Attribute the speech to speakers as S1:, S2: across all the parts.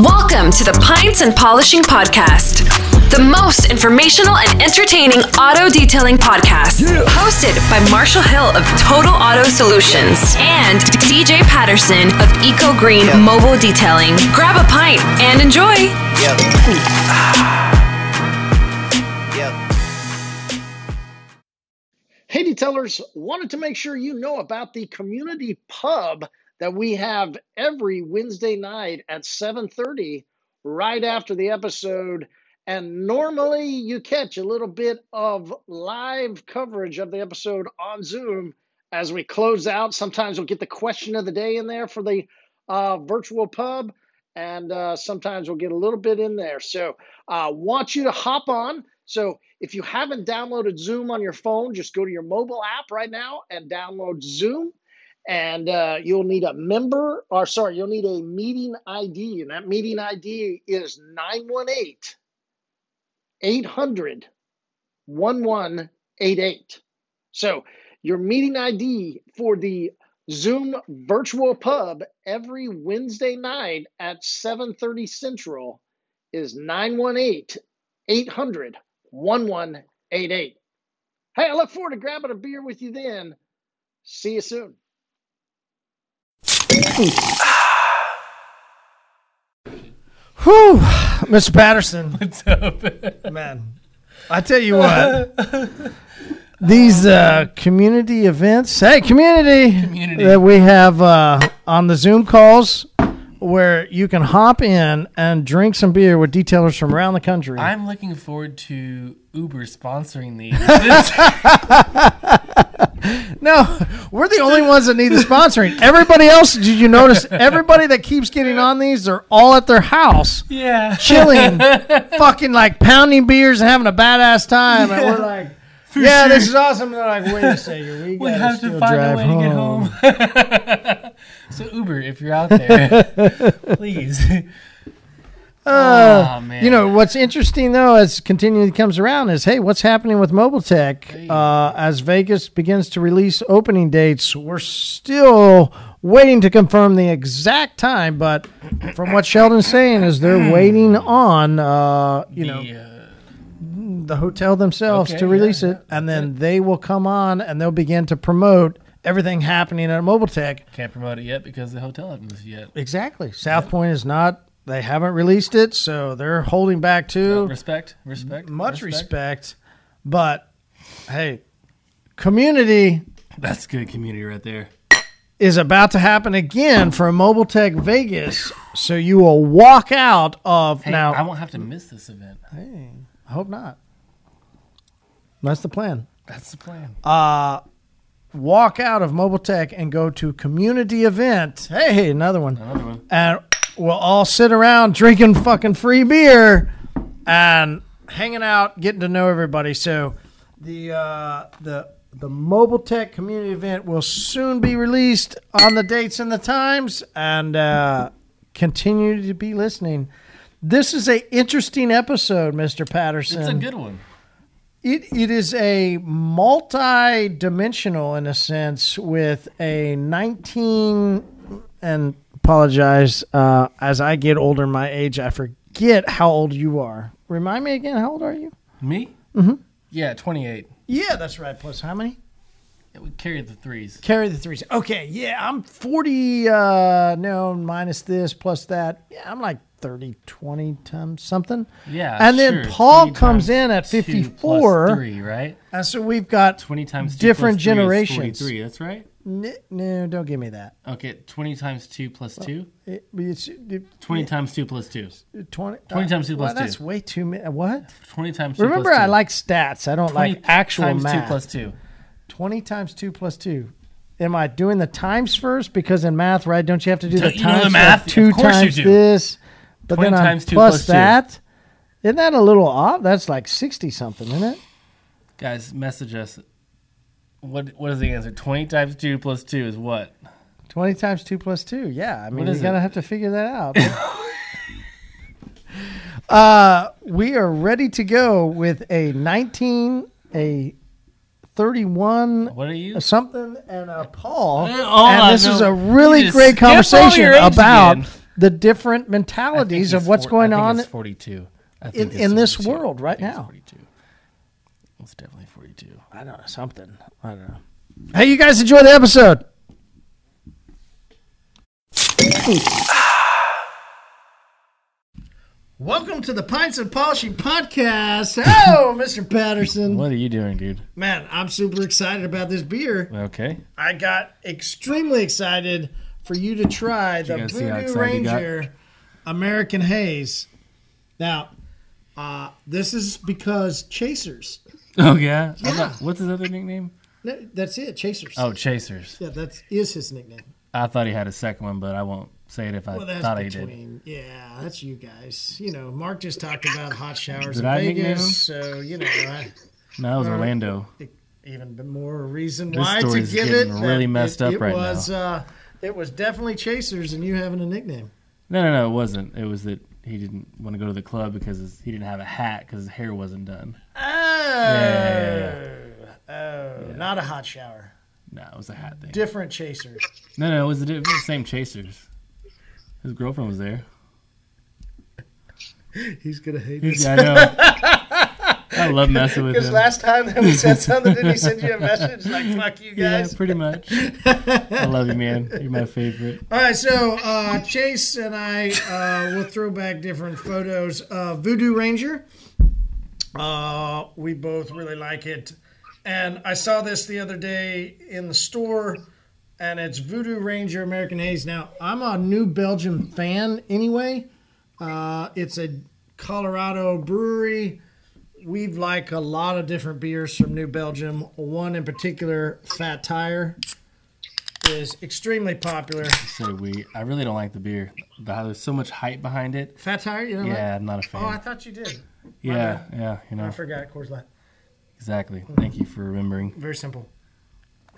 S1: Welcome to the Pints and Polishing Podcast, the most informational and entertaining auto detailing podcast. Hosted by Marshall Hill of Total Auto Solutions and DJ Patterson of Eco Green Mobile Detailing. Grab a pint and enjoy.
S2: Yep. Ah. Yep.
S3: Hey, detailers, wanted to make sure you know about the community pub that we have every Wednesday night at 7:30 right after the episode and normally you catch a little bit of live coverage of the episode on Zoom as we close out. Sometimes we'll get the question of the day in there for the uh, virtual pub, and uh, sometimes we'll get a little bit in there. So, uh, want you to hop on. So, if you haven't downloaded Zoom on your phone, just go to your mobile app right now and download Zoom. And uh, you'll need a member, or sorry, you'll need a meeting ID. And that meeting ID is 918 800 1188. So, your meeting ID for the Zoom virtual pub every Wednesday night at 7:30 Central is 918-800-1188. Hey, I look forward to grabbing a beer with you then. See you soon.
S4: Whew, Mr. Patterson. What's up, man? I tell you what, these uh, community events. Hey, community,
S5: Community.
S4: that we have uh, on the Zoom calls, where you can hop in and drink some beer with detailers from around the country.
S5: I'm looking forward to Uber sponsoring these. This-
S4: no, we're the only ones that need the sponsoring. Everybody else, did you notice? Everybody that keeps getting on these, they're all at their house.
S5: yeah.
S4: chilling, fucking like pounding beers and having a badass time. And we're like, yeah, this is awesome. And they're like, wait a second, we,
S5: We
S4: gotta
S5: have
S4: still
S5: to find a
S4: drive
S5: way
S4: home.
S5: to get home. so Uber, if you're out there, please. Aw, man.
S4: Uh, You know what's interesting though, as continually comes around, is hey, what's happening with mobile tech uh, as Vegas begins to release opening dates? We're still waiting to confirm the exact time, but from what Sheldon's saying, is they're waiting on uh, you know
S5: The, uh,
S4: the hotel themselves
S5: Okay,
S4: to
S5: yeah,
S4: release
S5: yeah,
S4: it, and then they will come on and they'll begin to promote everything happening at Mobile Tech.
S5: can't promote it yet because the hotel hasn't released it yet.
S4: Exactly. South Point is not; they haven't released it, so they're holding back too.
S5: Respect, respect,
S4: Much respect, but hey, community
S5: That's good community right there.
S4: is about to happen again for Mobile Tech Vegas, so you will walk out of
S5: Hey,
S4: now.
S5: I won't have to miss this event.
S4: I hope not. That's the plan.
S5: That's the plan.
S4: walk out of Mobile Tech and go to community event. Hey, another one.
S5: Another one.
S4: And we'll all sit around drinking fucking free beer and hanging out, getting to know everybody. So the uh, the the Mobile Tech community event will soon be released on the dates and the times, and uh, continue to be listening. This is a interesting episode, Mister Patterson.
S5: It's a good one.
S4: It it is a multi-dimensional in a sense with a 19 and apologize uh, as I get older my age I forget how old you are. Remind me again how old are you?
S5: Me? Mm-hmm. Yeah, 28.
S4: Yeah, that's right. Plus how many?
S5: It would carry the threes.
S4: Carry the threes. Okay, yeah, I'm 40 uh no minus this plus that. Yeah, I'm like 30 20 times something.
S5: Yeah.
S4: And then
S5: sure.
S4: Paul
S5: 20
S4: comes
S5: times
S4: in at
S5: two plus
S4: 54.
S5: three, right?
S4: And so we've got
S5: 20 times 2
S4: different
S5: plus three is
S4: generations.
S5: 43, that's right.
S4: N- no, don't give me that.
S5: Okay, 20 times 2 plus 2?
S4: It, it's it,
S5: 20 times 2 plus 2.
S4: 20,
S5: 20 times two
S4: well,
S5: plus two.
S4: That's way too many. What?
S5: 20 times 2
S4: Remember,
S5: plus 2.
S4: I like stats. I don't
S5: 20
S4: like actual
S5: times
S4: math.
S5: 2 plus 2.
S4: 20 times 2 plus 2. Am I doing the times first? Because in math, right, don't you have to do
S5: Don't
S4: the
S5: you know
S4: times
S5: the
S4: of
S5: math? Of
S4: 2
S5: course you
S4: times
S5: do.
S4: this, but
S5: 20
S4: then
S5: times
S4: I'm
S5: two
S4: plus,
S5: plus two.
S4: that? Isn't that a little off? That's like 60 something, isn't it?
S5: Guys, message us. What What is the answer? 20 times 2 plus 2 is what?
S4: 20 times 2 plus 2. Yeah. I mean,
S5: What
S4: you're
S5: is
S4: going to
S5: it?
S4: have to figure that out. uh, we are ready to go with a 19, a 31,
S5: What are you?
S4: a something, and a Paul.
S5: Uh, hold
S4: and
S5: on,
S4: this
S5: no.
S4: is a
S5: You
S4: really
S5: just
S4: great
S5: skip over
S4: conversation
S5: your age
S4: about
S5: again.
S4: the different mentalities of what's going on
S5: Forty two.
S4: in- in this world right now.
S5: Forty two. It's definitely forty two.
S4: I don't know, something. I don't know. Hey, you guys enjoy the episode. Welcome to the Pints and Polishing Podcast. Oh, Mr. Patterson.
S5: What are you doing, dude?
S4: Man, I'm super excited about this beer.
S5: Okay.
S4: I got extremely excited for you to try the
S5: guys see how
S4: Voodoo
S5: excited you got?
S4: Ranger American Haze. Now, uh, this is because Chasers.
S5: Oh yeah. I thought-
S4: Yeah.
S5: what's his other nickname?
S4: No, That's it, Chasers.
S5: Oh, Chasers.
S4: Yeah, that is his nickname.
S5: I thought he had a second one, but I won't say it if I
S4: Well, that's
S5: thought I did.
S4: between. Yeah, that's you guys. You know, Mark just talked about hot showers
S5: Did
S4: in
S5: I nickname
S4: Vegas, so you know, I,
S5: No, it was Orlando.
S4: even b- more reason
S5: This
S4: why to
S5: story's
S4: give it.
S5: getting
S4: that
S5: really messed
S4: it,
S5: up
S4: it
S5: right
S4: was, Uh, it was definitely Chasers, and you having a nickname.
S5: No, no, no, it wasn't. It was that he didn't want to go to the club because his, he didn't have a hat because his hair wasn't done.
S4: Oh, oh, not a hot shower.
S5: No, it was a hat thing.
S4: Different Chaser.
S5: No, no, it was the, it was the same Chasers. His girlfriend was there.
S4: He's gonna hate this.
S5: Yeah, I know. I love messing with
S4: Because
S5: him.
S4: last time that we said something, did he send you a message like "fuck you
S5: yeah,
S4: guys"?
S5: pretty much. I love you, man. You're my favorite.
S4: All right, so uh, Chase and I uh, will throw back different photos of Voodoo Ranger. Uh, we both really like it. And I saw this the other day in the store, and it's Voodoo Ranger American Haze. Now, I'm a New Belgium fan anyway. Uh, it's a Colorado brewery. We've like a lot of different beers from New Belgium. One in particular, Fat Tire, is extremely popular.
S5: So we, I really don't like the beer. The- There's so much hype behind it.
S4: Fat tire? You don't like?
S5: Yeah, I'm not a fan.
S4: Oh, I thought you did.
S5: yeah, yeah, you
S4: I
S5: know
S4: forgot Coors Light.
S5: exactly. Thank you for remembering.
S4: Very simple.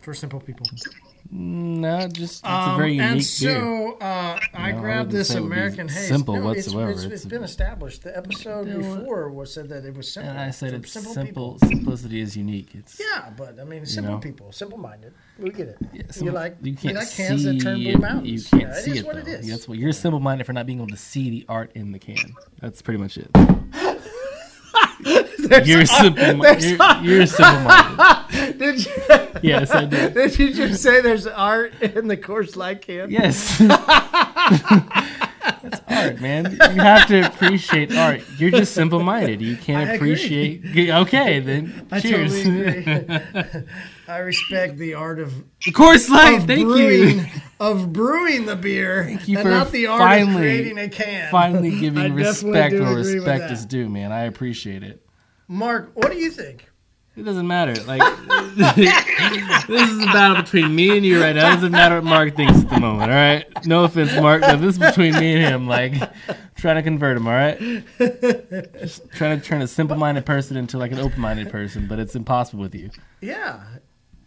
S4: For simple people.
S5: No, just it's a very
S4: Um,
S5: unique
S4: and
S5: beer.
S4: so uh, I
S5: No, I
S4: grabbed
S5: wouldn't
S4: this
S5: say it would be
S4: American haze.
S5: simple
S4: no, it's-
S5: whatsoever.
S4: It's,
S5: It's
S4: it's
S5: a-
S4: been established. The episode before was said that it was simple.
S5: And I said
S4: for
S5: it's
S4: simple.
S5: simple.
S4: people.
S5: Simplicity is unique. It's
S4: Yeah, but I mean, simple
S5: know?
S4: people, simple minded. We get it. you
S5: simple-
S4: like
S5: you can't
S4: like
S5: see
S4: cans that turn blue
S5: it. You
S4: mountains.
S5: can't
S4: yeah,
S5: see
S4: it is
S5: it
S4: what
S5: though.
S4: it is.
S5: That's what you're simple-minded for not being able to see the art in the can. That's pretty much it. you're simple. You're, you're simple-minded.
S4: Did you,
S5: yes, I do.
S4: did you just say there's art in the Coors Light can?
S5: Yes. That's art, man. You have to appreciate art. You're just simple minded. You can't
S4: I agree.
S5: appreciate. Okay, then.
S4: I
S5: cheers.
S4: totally agree. I respect the art of
S5: of course, life.
S4: of
S5: Thank
S4: brewing,
S5: you.
S4: of brewing the beer,
S5: you
S4: and
S5: for
S4: not the art of
S5: finally-
S4: creating a can.
S5: Finally
S4: I
S5: giving
S4: definitely
S5: respect
S4: do
S5: where
S4: agree with
S5: respect
S4: that.
S5: is due, man. I appreciate it.
S4: Mark, what do you think?
S5: It doesn't matter. Like this is a battle between me and you right now. It doesn't matter what Mark thinks at the moment. All right. No offense, Mark, but this is between me and him. Like trying to convert him. All right. Just trying to turn a simple-minded person into like an open-minded person, but it's impossible with you.
S4: Yeah,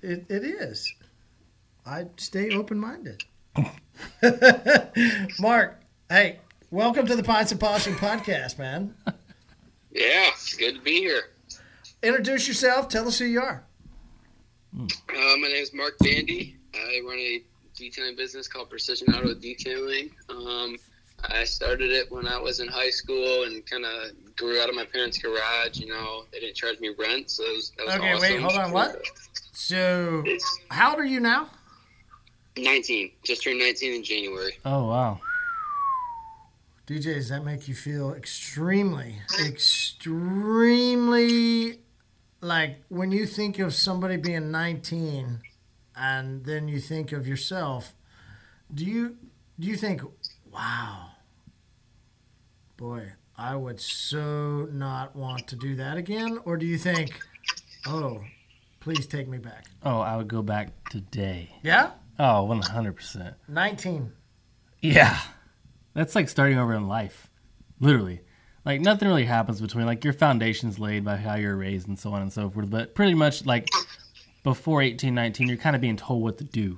S4: it, it is. I stay open minded. Mark, hey, welcome to the Pints and Polishing podcast, man.
S2: Yeah, it's good to be here.
S4: Introduce yourself. Tell us who you are.
S2: Uh, my name is Mark Bandy. I run a detailing business called Precision Auto Detailing. Um, I started it when I was in high school and kind of grew out of my parents' garage. You know, they didn't charge me rent, so that was, that was
S4: Okay,
S2: awesome.
S4: wait, hold on, what? So, how old are you now?
S2: 19. Just turned 19 in January.
S5: Oh wow.
S4: DJ, does that make you feel extremely, extremely like when you think of somebody being 19 and then you think of yourself, do you do you think, wow, boy, I would so not want to do that again? Or do you think, oh, please take me back?
S5: Oh, I would go back today.
S4: Yeah?
S5: Oh, 100 percent.
S4: 19.
S5: Yeah. That's like starting over in life. Literally. Like nothing really happens between like your foundation's laid by how you're raised and so on and so forth, but pretty much like before 18, 19, you're kind of being told what to do.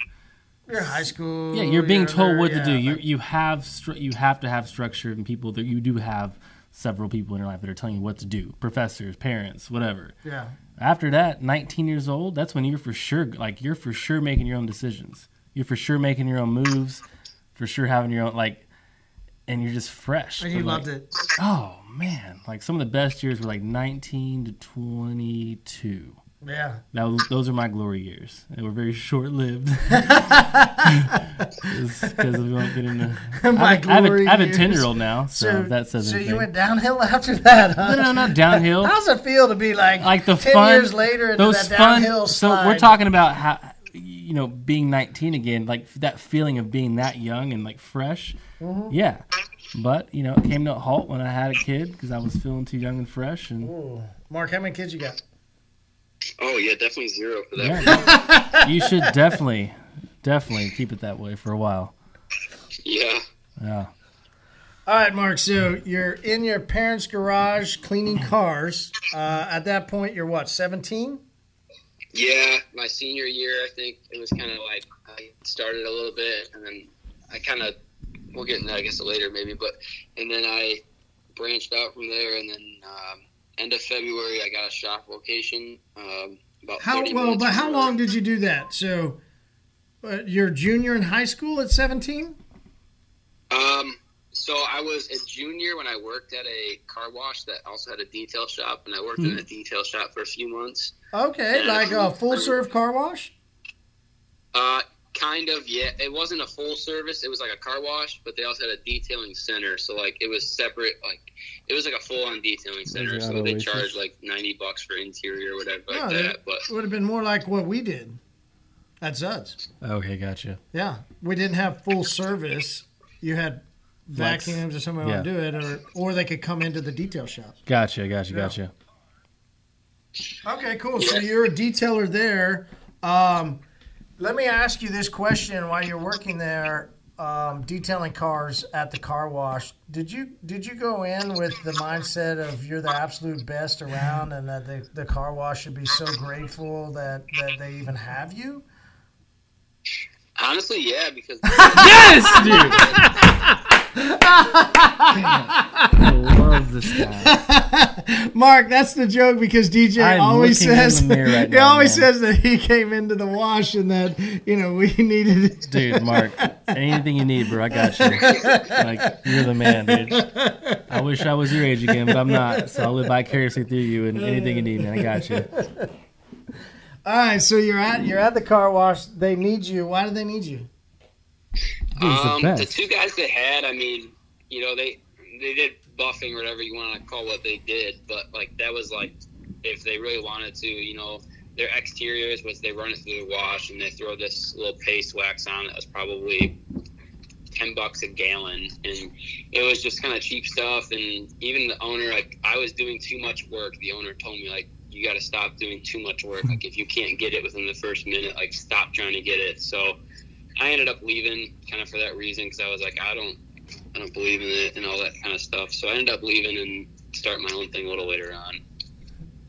S4: You're in high school.
S5: Yeah, you're being told what to
S4: Oh, yeah,
S5: do. You you have stru- you have to have structure and people that you do have several people in your life that are telling you what to do. Professors, parents, whatever.
S4: Yeah.
S5: After that, 19 years old, that's when you're for sure like you're for sure making your own decisions. You're for sure making your own moves, for sure having your own like and you're just fresh.
S4: And you
S5: But, like,
S4: loved it.
S5: Oh man, like some of the best years were like 19 to 22.
S4: Yeah.
S5: That was, those are my glory years. They were very short lived. Because we won't get into.
S4: My
S5: I have
S4: glory
S5: a, I have a
S4: years.
S5: 10 year old now, so, if that says
S4: so
S5: anything.
S4: you went downhill after that, huh?
S5: no, no, not downhill.
S4: How's it feel to be like,
S5: like the
S4: 10
S5: fun
S4: years later into
S5: those
S4: that
S5: fun
S4: downhill slide?
S5: so we're talking about how you know being 19 again like that feeling of being that young and like fresh
S4: Mm-hmm.
S5: yeah but you know it came to a halt when i had a kid because i was feeling too young and fresh and
S4: Ooh. Mark, how many kids you got?
S2: Oh yeah, definitely zero for that.
S5: yeah, you should definitely definitely keep it that way for a while
S2: Yeah.
S5: yeah
S4: All right, Mark. So you're in your parents' garage cleaning cars. Uh, at that point, you're what, 17?
S2: Yeah, my senior year, I think it was kind of like I started a little bit, and then I kind of we'll get into that I guess later maybe, but and then I branched out from there, and then um, end of February I got a shop location. Um, about
S4: How
S2: 30
S4: well?
S2: minutes
S4: But how
S2: from-
S4: long did you do that? So, uh, you're junior in high school at 17.
S2: Um, so I was a junior when I worked at a car wash that also had a detail shop, and I worked in a detail shop for a few months.
S4: Okay, like a full serve car wash.
S2: Uh, kind of, yeah. It wasn't a full service. It was like a car wash, but they also had a detailing center. So like it was separate. Like it was like a full on detailing center.
S5: Is it
S2: So they
S5: Oasis?
S2: charged like ninety bucks for interior or whatever
S4: No,
S2: like
S4: they-
S2: that. But
S4: Would have been more like what we did at Zuds.
S5: okay gotcha
S4: Yeah, we didn't have full service. You had
S5: Flex.
S4: vacuums or someone
S5: Yeah.
S4: would do it, or or they could come into the detail shop.
S5: gotcha gotcha gotcha
S4: Okay, cool. So you're a detailer there. Um, let me ask you this question: While you're working there, um, detailing cars at the car wash, did you did you go in with the mindset of you're the absolute best around, and that the, the car wash should be so grateful that that they even have you?
S2: honestly, yeah, because
S5: yes dude I love this guy.
S4: Mark, that's the joke because DJ
S5: I am
S4: always
S5: looking in
S4: says
S5: the mirror right
S4: he
S5: now,
S4: always
S5: man.
S4: says that he came into the wash and that you know we needed.
S5: Dude, Mark, anything you need, bro, I got you. Like, you're the man, dude. I wish I was your age again, but I'm not. So I'll live vicariously through you and anything you need, man. I got you.
S4: All right, so you're at you're at the car wash. They need you. Why do they need you?
S5: Dude, he's the
S2: um, the
S5: best.
S2: two guys they had, I mean, you know, they they did buffing, whatever you want to call what they did, but like that was like if they really wanted to, you know, their exteriors was they run it through the wash and they throw this little paste wax on it was probably ten bucks a gallon, and it was just kind of cheap stuff. And even the owner, like I was doing too much work. The owner told me like. You got to stop doing too much work. Like if you can't get it within the first minute, like stop trying to get it. So, I ended up leaving kind of for that reason because I was like, I don't, I don't believe in it and all that kind of stuff. So I ended up leaving and start my own thing a little later on.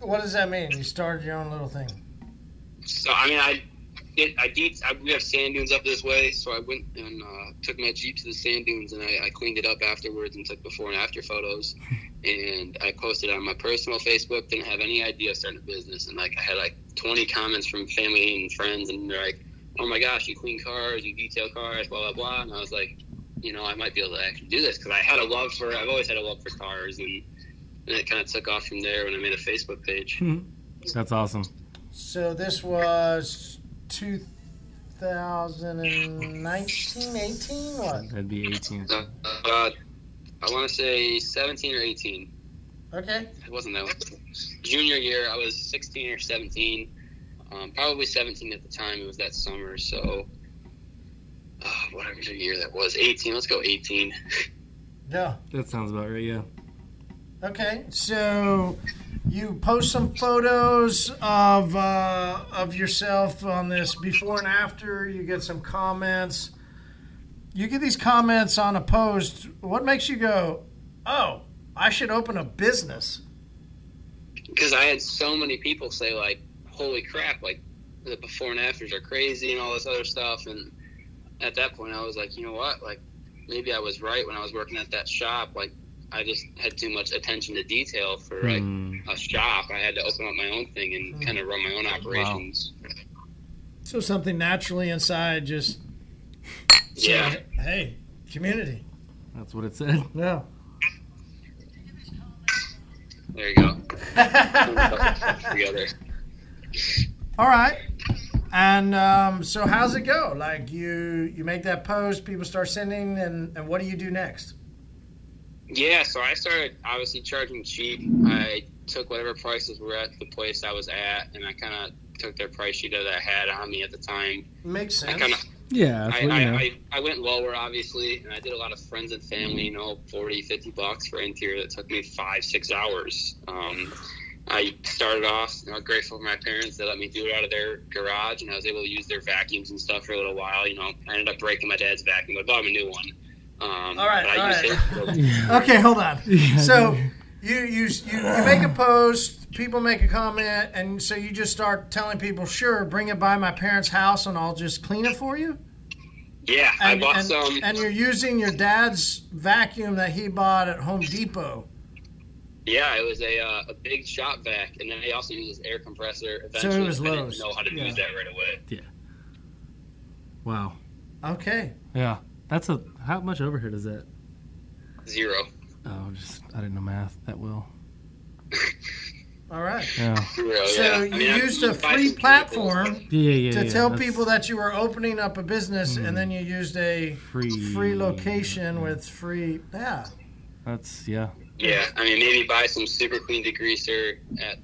S4: What does that mean? You started your own little thing.
S2: So I mean, I did, I deep, I, we have sand dunes up this way, so I went and uh, took my jeep to the sand dunes and I, I cleaned it up afterwards and took before and after photos, and I posted on my personal Facebook. Didn't have any idea of starting a business, and like I had like 20 comments from family and friends, and they're like, "Oh my gosh, you clean cars, you detail cars, blah blah blah," and I was like. You know, I might be able to actually do this because I had a love for. I've always had a love for cars, and, and it kind of took off from there when I made a Facebook page.
S5: That's awesome.
S4: So this was 2019, 18, what?
S5: That'd be 18.
S2: Uh, uh, I want to say 17 or 18.
S4: Okay.
S2: It wasn't that. one. Junior year, I was 16 or 17, um, probably 17 at the time. It was that summer, so uh, whatever year that was, 18. Let's go 18.
S4: Yeah.
S5: That sounds about right, yeah.
S4: Okay. So you post some photos of uh, of yourself on this before and after. You get some comments. You get these comments on a post. What makes you go, "Oh, I should open a business"?
S2: because I had so many people say like, "Holy crap!" Like the before and afters are crazy and all this other stuff. And at that point, I was like, you know what? Like maybe I was right when I was working at that shop. Like I just had too much attention to detail for like
S5: Hmm.
S2: a shop. I had to open up my own thing and kind of run my own operations.
S4: So something naturally inside just
S2: Yeah.
S4: Hey, community.
S5: That's what it said.
S4: Yeah.
S2: There you go. Together.
S4: All right. And um, so, how's it go? Like you, you make that post, people start sending, and, and what do you do next?
S2: Yeah, so I started obviously charging cheap. I took whatever prices were at the place I was at, and I kind of took their price sheet that I had on me at the time.
S4: Makes
S2: I
S4: sense.
S2: kind of
S5: Yeah, that's
S2: I,
S5: what, you
S2: I,
S5: know.
S2: I, I went lower, obviously, and I did a lot of friends and family, you know, 40, 50 bucks for interior that took me five, six hours. Um, I started off, you know, grateful for my parents. They let me do it out of their garage, and I was able to use their vacuums and stuff for a little while. You know, I ended up breaking my dad's vacuum. I bought him a new one. Um,
S4: All right,
S2: but I
S4: all
S2: used
S4: right.
S2: it-
S4: Okay, hold on.
S5: Yeah,
S4: So
S5: dude.
S4: you, you you you make a post, people make a comment, and so you just start telling people, sure, bring it by my parents' house, and I'll just clean it for you.
S2: yeah, I
S4: And,
S2: bought
S4: and,
S2: some.
S4: and you're using your dad's vacuum that he bought at Home Depot.
S2: Yeah, it was a uh, a big shop vac, and then they also used this air compressor.
S4: So
S2: Eventually,
S4: it was
S2: I didn't
S4: Lowe's.
S2: know how to
S4: Yeah.
S2: use that right away.
S5: Wow.
S4: Okay.
S5: Yeah, that's a how much overhead is that?
S2: Zero.
S5: Oh, just I didn't know math that well.
S4: All right.
S5: Yeah,
S2: Zero,
S4: So
S2: Oh, yeah. I
S4: you
S2: mean, I-
S4: used
S2: you
S4: a
S2: buy
S4: free
S2: some chemicals.
S4: platform
S5: yeah, yeah.
S4: to
S5: yeah,
S4: tell
S5: that's Hmm.
S4: people that you were opening up a business, and then you used a
S5: free
S4: free location with free. Yeah.
S5: That's yeah.
S2: Yeah, I mean, maybe buy some super clean degreaser at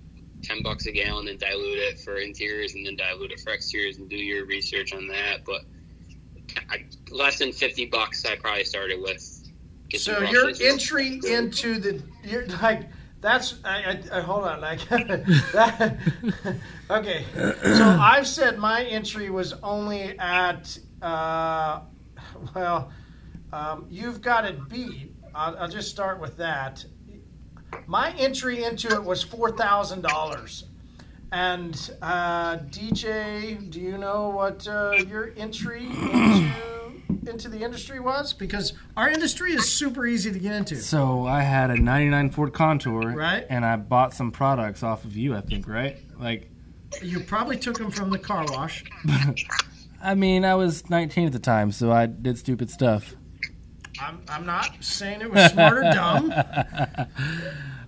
S2: ten bucks a gallon and dilute it for interiors, and then dilute it for exteriors, and do your research on that. But I, less than fifty bucks, I probably started with. Get
S4: So
S2: some
S4: your
S2: brushes. Oh,
S4: entry into the you're like that's I, I, I hold on like that, okay. So I've said my entry was only at uh, well, um, you've got it beat. I'll, I'll just start with that. My entry into it was four thousand dollars. And uh, DJ, do you know what uh, your entry into into the industry was? Because our industry is super easy to get into.
S5: So I had a '99 Ford Contour,
S4: Right.
S5: And I bought some products off of you, I think, right? Like,
S4: You probably took them from the car wash.
S5: I mean, I was 19 at the time, so I did stupid stuff.
S4: I'm, I'm not saying it was smart or dumb.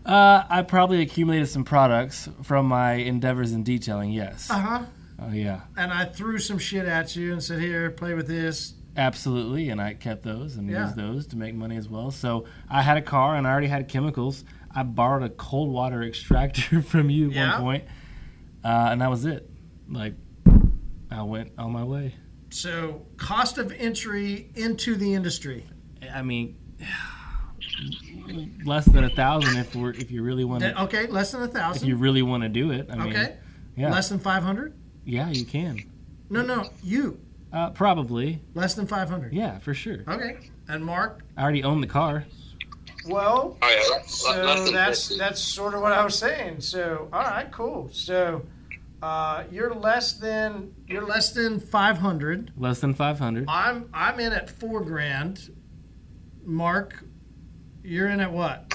S5: Uh, I probably accumulated some products from my endeavors in detailing. Yes.
S4: Uh huh.
S5: Oh yeah,
S4: And I threw some shit at you and said, "Here, play with this."
S5: absolutely. And I kept those and
S4: Yeah.
S5: used those to make money as well. So I had a car, and I already had chemicals. I borrowed a cold water extractor from you at
S4: Yeah.
S5: one point, uh, and that was it. Like, I went on my way.
S4: So cost of entry into the industry.
S5: I mean, less than a thousand if we're if you really want
S4: That-
S5: to
S4: Uh, Okay, less than a
S5: if you
S4: thousand.
S5: really want to do it. I mean,
S4: Okay,
S5: yeah,
S4: less than five hundred.
S5: yeah, you can.
S4: No, no, you
S5: Uh, probably,
S4: less than five hundred.
S5: yeah, for sure.
S4: Okay, and Mark.
S5: I already own the car.
S4: Well,
S2: All right, le- le- less
S4: so
S2: than
S4: that's
S2: 50.
S4: that's sort of what I was saying. So, all right, cool. So, uh, you're less than you're less than five hundred.
S5: Less than five hundred.
S4: I'm I'm in at four grand. Mark, you're in at what?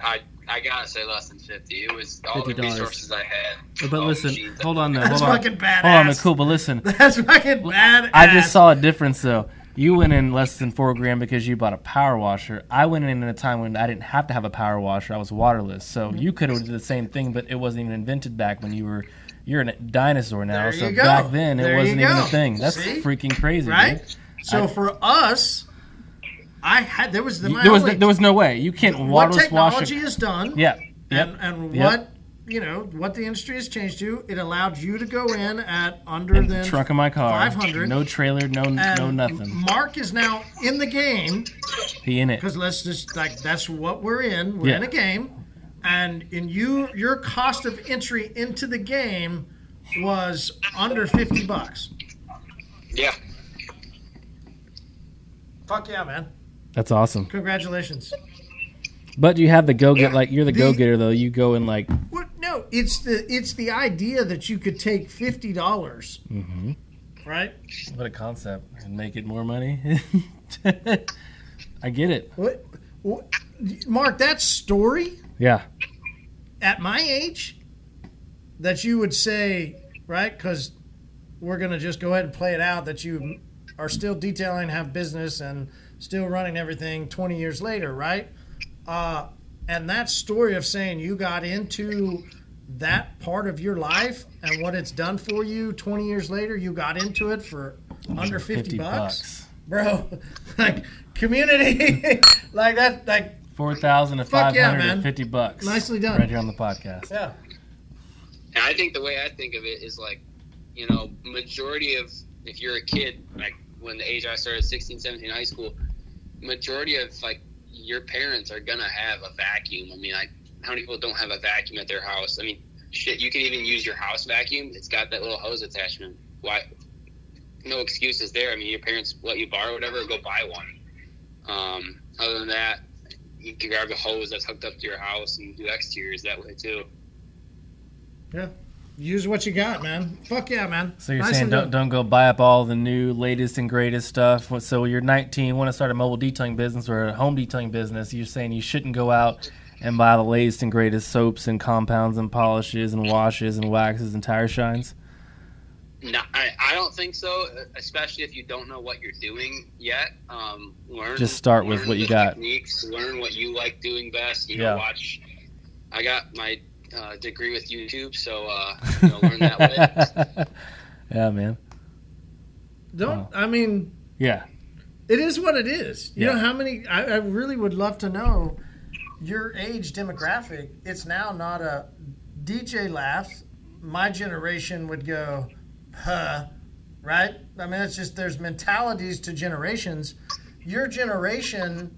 S2: I I gotta say less than fifty. It was all the
S5: $50.
S2: resources I had.
S5: But listen, hold on though.
S4: That's
S5: Hold on.
S4: fucking
S5: Hold on,
S4: badass.
S5: cool. But listen,
S4: That's fucking badass.
S5: I just saw a difference though. You went in less than four grand because you bought a power washer. I went in at a time when I didn't have to have a power washer. I was waterless,
S4: Mm-hmm.
S5: so you could have did the same thing, but it wasn't even invented back when you were. You're a dinosaur now,
S4: There
S5: so
S4: you go.
S5: back then it
S4: There you
S5: wasn't even
S4: go.
S5: a thing. That's
S4: See?
S5: freaking crazy,
S4: right.
S5: dude.
S4: So for us, I had there was the my
S5: You- there was
S4: only-
S5: there was no way you can't
S4: what
S5: waterless wash.
S4: technology
S5: A,
S4: is done.
S5: yeah, yep.
S4: and, and
S5: Yep.
S4: what you know what the industry has changed to it allowed you to go in at under
S5: And
S4: than
S5: trunk of my car,
S4: 500
S5: no trailer, no
S4: and
S5: no nothing.
S4: mark is now in the game
S5: He in it.
S4: because let's just like that's what we're in we're in
S5: Yeah.
S4: a game and in you your cost of entry into the game was under 50 bucks
S2: Yeah,
S4: fuck yeah man
S5: That's awesome.
S4: congratulations
S5: But you have the go get like you're the go getter though. You go in like
S4: Well, no, it's the it's the idea that you could take fifty dollars,
S5: Mm-hmm.
S4: right?
S5: What a concept. And make it more money. I get it.
S4: What, what, Mark? That story
S5: Yeah.
S4: at my age that you would say, right? Because we're going to just go ahead and play it out that you are still detailing, have business, and still running everything 20 years later, right? Uh, and that story of saying you got into that part of your life and what it's done for you 20 years later, you got into it for under 50, bucks. Bro, like community, like that, like
S5: Four thousand and
S4: Fuck
S5: five
S4: yeah,
S5: hundred
S4: man.
S5: and fifty bucks.
S4: Nicely done.
S5: Right here on the podcast.
S4: yeah.
S2: And I think the way I think of it is like, you know, majority of if you're a kid, like when the age I started 16, 17 high school, majority of like your parents are gonna have a vacuum. I mean, like how many people don't have a vacuum at their house? I mean, shit, you can even use your house vacuum. It's got that little hose attachment. Why? No excuses there. I mean, your parents let you borrow whatever, go buy one. Um, other than that, you can grab a hose that's hooked up to your house and do exteriors that way too.
S4: Yeah. Use what you got, man. Fuck yeah, man.
S5: So you're
S4: Nicely
S5: saying
S4: done.
S5: don't don't go buy up all the new latest and greatest stuff. What- So you're 19, want to start a mobile detailing business or a home detailing business. You're saying you shouldn't go out and buy the latest and greatest soaps and compounds and polishes and washes and waxes and tire shines.
S2: No, I, I don't think so. e, Especially if you don't know what you're doing yet. Um, learn.
S5: Just start with
S2: learn
S5: what you
S2: the
S5: got.
S2: Techniques. Learn what you like doing best. You
S5: Yeah.
S2: know, watch. I got my uh, degree with YouTube, so uh, you know, learn that way.
S5: yeah, man.
S4: Don't, I mean,
S5: Yeah.
S4: It is what it is. You
S5: Yeah.
S4: know how many? I, I really would love to know your age demographic. It's now not a DJ laughs. My generation would go, huh, right? I mean, it's just there's mentalities to generations. Your generation,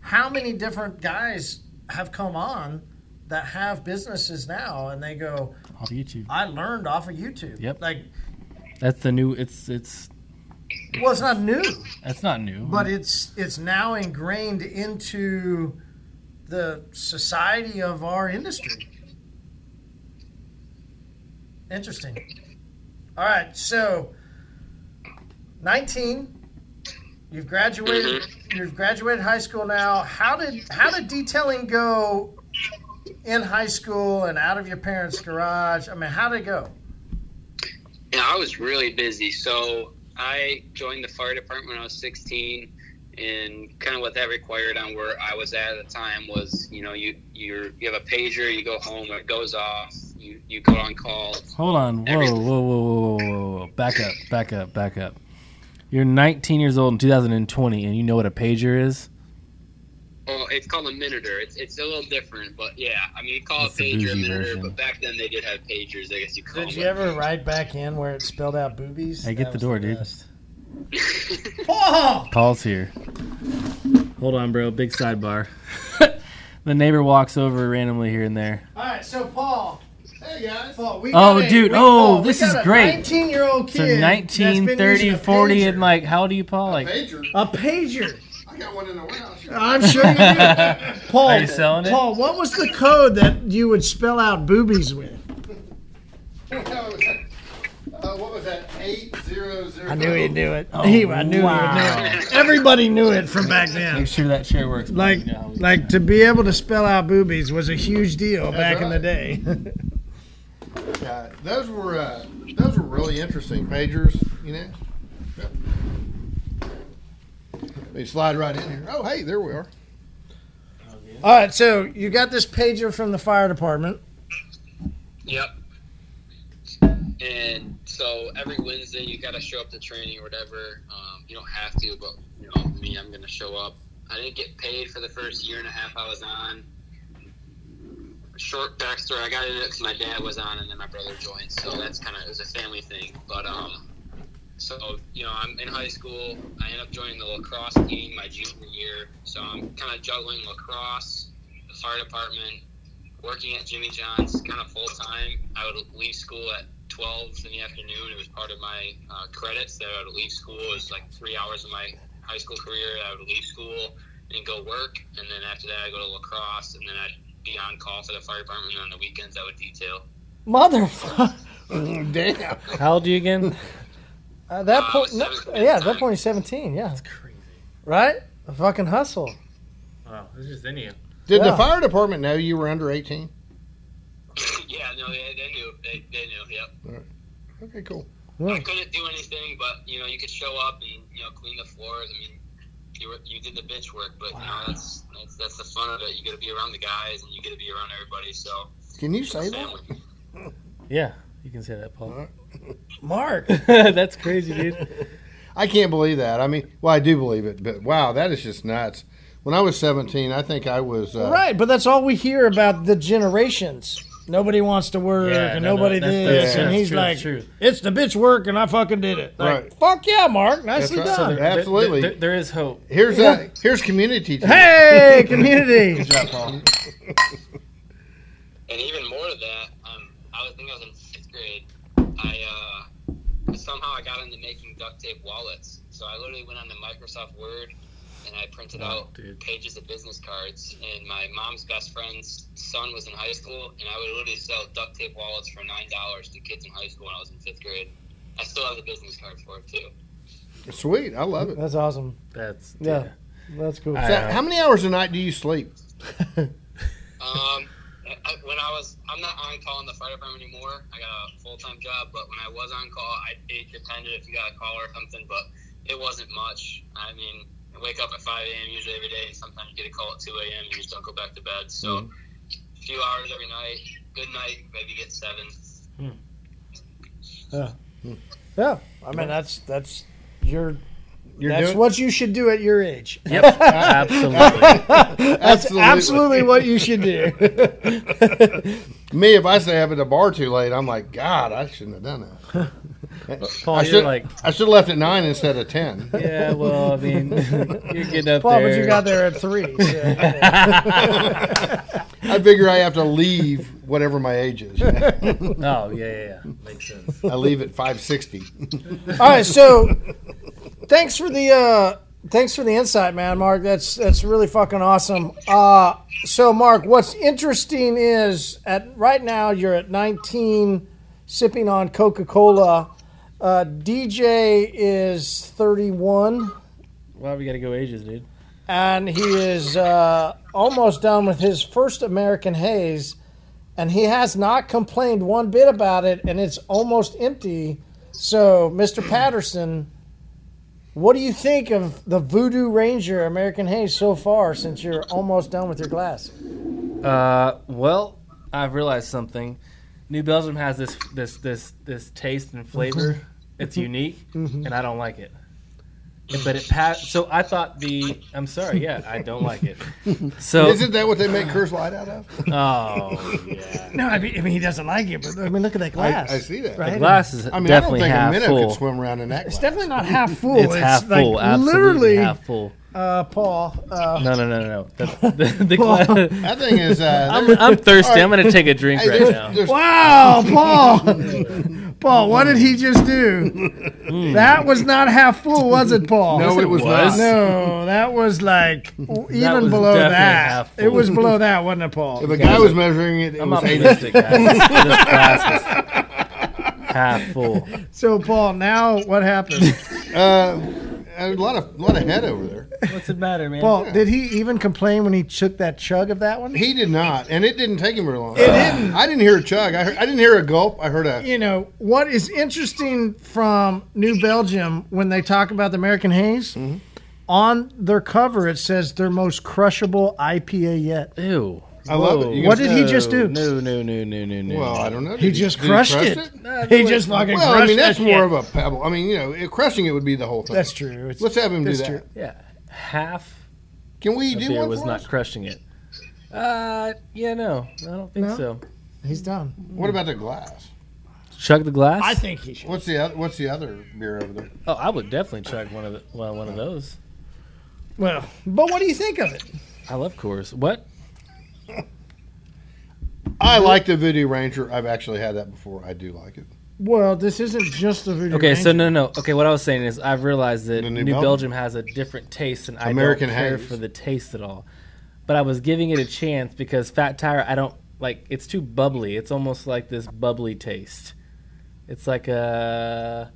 S4: how many different guys have come on that have businesses now, and they go,
S5: Off YouTube.
S4: I learned off of YouTube.
S5: Yep.
S4: Like,
S5: That's the new. It's it's.
S4: well, it's not new.
S5: That's not new.
S4: but it's it's now ingrained into the society of our industry. Interesting. All right, so 19 you've graduated you've graduated high school now. How did how did detailing go in high school and out of your parents' garage? I mean, how did it go?
S2: Yeah, I was really busy. So I joined the fire department when I was 16, and kind of what that required on where I was at at the time was, you know, you you're, you have a pager, you go home, it goes off, you you go on call.
S5: Hold on. Whoa, whoa,
S2: Everything.
S5: whoa, whoa, whoa, whoa, whoa. Back up, back up, back up. You're 19 years old in 2020, and you know what a pager is?
S2: Well, it's called a minuter. It's, it's a little different, but yeah. I mean, you call
S5: It's
S2: it
S5: the
S2: pager a
S5: bougie
S2: minuter,
S5: version.
S2: but back then they did have pagers. I guess you call
S4: Did
S2: them.
S4: you ever ride back in where it spelled out boobies?
S5: Hey, get
S4: That
S5: the
S4: was
S5: door, dude.
S4: best. Oh!
S5: Paul's here. Hold on, bro. Big sidebar. the neighbor walks over randomly here and there.
S4: All right, so Paul. Hey guys. Paul, we
S5: Oh,
S4: got a-
S5: dude.
S4: we-
S5: Oh,
S4: Paul, we
S5: this is
S4: got a
S5: great.
S4: 19 year old kid.
S5: So 19, 30, 40, and like, how old are you, Paul? Like,
S6: Pager.
S4: A pager.
S6: I got one in the warehouse. here.
S4: I'm sure you do. Paul,
S5: Are you selling it?
S4: Paul, what was the code that you would spell out boobies with?
S6: Uh, what was that? Eight zero zero.
S4: I knew he'd do it.
S5: Oh,
S4: he, I knew he would know it. Everybody knew it from back
S5: make
S4: then.
S5: sure that chair works. bro.
S4: Like,
S5: You know how we do
S4: like
S5: that.
S4: to be able to spell out boobies was a huge deal back in the day.
S6: Yeah, those were uh, those were really interesting pagers. You know. Yep. They slide right in here. Oh, hey, there we are.
S4: All right, so you got this pager from the fire department.
S2: Yep. And so every Wednesday you got to show up to training or whatever. Um, you don't have to, but you know me, I'm gonna show up. I didn't get paid for the first year and a half I was on. Short backstory: I got in it because my dad was on, and then my brother joined. So that's kind of it was a family thing. But um, so you know I'm in high school. I end up joining the lacrosse team my junior year. So I'm kind of juggling lacrosse, the fire department, working at Jimmy John's kind of full time. I would leave school at 12 in the afternoon. It was part of my uh, credits that I would leave school. It was like three hours of my high school career. I would leave school and go work. And then after that, I go to lacrosse. And then I'd be on call for the fire department. And on the weekends, I would detail.
S4: Motherfucker.
S6: Damn.
S5: how old are you again?
S4: At that
S2: Uh,
S4: point,
S2: so
S4: no,
S2: it's been
S4: yeah, at that
S2: time.
S4: point he's 17, yeah. That's crazy. Right? A fucking hustle.
S5: Wow, this is any
S6: Did
S4: Yeah.
S6: the fire department know you were under eighteen?
S2: yeah, no, they, they knew. They, they knew, yep.
S6: Okay, cool.
S4: Yeah.
S2: I couldn't do anything, but, you know, you could show up and, you know, clean the floors. I mean, You were, you did the bitch work, but you know that's, that's that's the fun of it. You got to be around the guys and you got to be around everybody. So
S6: Can you say that?
S2: family.
S5: Yeah, you can say that, Paul.
S4: Mark.
S5: That's crazy, dude.
S6: I can't believe that. I mean, well, I do believe it, but wow, that is just nuts. When I was 17, I think I was. Uh,
S4: Right, but that's all we hear about the generations. Nobody wants to work,
S5: Yeah,
S4: and
S5: no, no,
S4: nobody
S5: that's-
S4: did,
S5: that's
S6: true,
S4: and
S5: that's
S4: he's
S5: true,
S4: like,
S5: that's true.
S4: "It's the bitch work, and I fucking did it." Like,
S6: Right.
S4: fuck yeah, Mark, nicely
S6: right.
S4: done.
S6: So Absolutely.
S5: There- there- there is hope.
S6: Here's uh, here's community. TV.
S4: Hey, community.
S2: And even more to that, um, I was, think I was in fifth grade. I uh, somehow I got into making duct tape wallets. So I literally went on to Microsoft Word and I printed out
S5: dude.
S2: pages of business cards. And my mom's best friend's son was in high school, and I would literally sell duct tape wallets for nine dollars to kids in high school when I was in fifth grade. I still have the business card for it too.
S6: Sweet, I love it.
S4: That's awesome.
S5: That's
S4: Yeah, that's cool.
S5: I-
S6: So, how many hours a night do you sleep?
S2: Um, I- I- when I was, I'm not on call in the fire department anymore. I got a full time job, but when I was on call, I it depended if you got a call or something, but it wasn't much. I mean, I wake up at 5 a.m. usually every day, and sometimes you get a call at 2 a.m. You just don't go back to bed. So,
S3: Mm-hmm.
S2: a few hours every night. Good night, maybe get seven.
S4: Yeah, I mean that's that's your
S6: You're
S4: that's
S6: doing-
S4: what you should do at your age.
S5: Yep, absolutely.
S4: That's
S6: Absolutely.
S4: absolutely, what you should do.
S6: Me, if I stay up at the bar too late, I'm like, God, I shouldn't have done that.
S5: Paul,
S6: I
S5: you're
S6: should,
S5: like-
S6: I should have left at nine instead of ten.
S5: Yeah, well, I mean, you're getting up
S4: Paul,
S5: there.
S4: but you got there at three. so-
S6: I figure I have to leave whatever my age is. you know.
S5: Oh, yeah, yeah, yeah. Makes sense.
S6: I leave at five sixty.
S4: All right, so thanks for the uh, thanks for the insight, man, Mark. That's that's really fucking awesome. Uh, so, Mark, what's interesting is at right now you're at 19, sipping on Coca Cola. Uh, DJ is 31,
S5: Why we got to go ages, dude?
S4: and he is uh, almost done with his first American haze, and he has not complained one bit about it, and it's almost empty. So, Mr. Patterson, what do you think of the Voodoo Ranger American haze so far since you're almost done with your glass?
S5: Uh, well, I've realized something. New Belgium has this this this this taste and flavor.
S6: Mm-hmm.
S5: It's unique, and I don't like it. But it passed. So I thought the. I'm sorry. Yeah, I don't like it. So
S6: Isn't that what they make Curse Light out of?
S5: oh yeah,
S4: No, I mean, I mean he doesn't like it, but I mean, look at that
S6: I, I see that.
S4: Right.
S5: glasses
S6: I mean,
S5: definitely
S6: I don't
S5: half
S6: think a minnow
S5: full.
S6: could swim around in that.
S4: It's
S6: glass.
S4: definitely not half full.
S5: It's, half full.
S4: like
S5: absolutely
S4: literally,
S5: half full.
S4: uh, Paul. Uh,
S5: No, no, no, no, no. The, the, the gla-
S6: That thing is. Uh,
S5: I'm, I'm thirsty. I'm gonna take a drink
S6: hey,
S5: right
S6: there's,
S5: now.
S6: there's-
S4: Wow, Paul. Paul, what did he just do? That was not half full, was it, Paul?
S6: no, it was
S5: was.
S6: not.
S4: No, that was like w- even
S5: was
S4: below
S5: definitely
S4: that.
S5: half full.
S4: It was below that, wasn't it, Paul?
S6: If a guy was measuring it, it
S5: I'm
S6: was
S5: optimistic, guys. this glass is half full.
S4: So, Paul, now what happened?
S6: Uh, a lot of lot of head over there.
S5: What's it matter, man?
S4: Paul, did he even complain when he took that chug of that one?
S6: He did not, and it didn't take him very long. It didn't. I didn't hear a chug. I, heard, I didn't hear a gulp. I heard a.
S4: You know, what is interesting from New Belgium when they talk about the American haze, on their cover it says their most crushable IPA yet.
S5: Ew.
S6: I love it. You
S4: What
S6: can-
S4: did he just do?
S5: No, no, no, no, no, no.
S6: Well, I don't know. Did
S4: He just
S6: did
S4: crushed
S6: crush
S4: it. He just fucking
S6: Well,
S4: crushed
S6: I mean that's
S4: that
S6: more
S4: shit.
S6: of a pebble. I mean, you know, it, crushing it would be the whole thing.
S4: That's true. It's,
S6: Let's have him do
S4: that's
S6: that.
S4: true.
S5: Yeah, half
S6: Can we
S5: the
S6: do
S5: beer
S6: one
S5: was
S6: for
S5: not
S6: us?
S5: crushing it. Uh, yeah, no, I don't think
S4: No?
S5: so.
S4: He's done.
S6: What about the glass?
S5: Chug the glass.
S4: I think he should.
S6: What's the other, What's the other beer over there?
S5: oh, I would definitely chug one of the, well, one of those.
S4: Well, but what do you think of it?
S5: I love Coors. What?
S6: I like the Voodoo Ranger. I've actually had that before. I do like it.
S4: Well, this isn't just the Voodoo
S5: Okay, so
S4: Ranger.
S5: no, no. Okay, what I was saying is I've realized that
S6: The
S5: New,
S6: New
S5: Belgium.
S6: Belgium.
S5: has a different taste, and I
S6: American
S5: don't care
S6: haze.
S5: for the taste at all. But I was giving it a chance because Fat Tire, I don't like. It's too bubbly. It's almost like this bubbly taste. It's like a.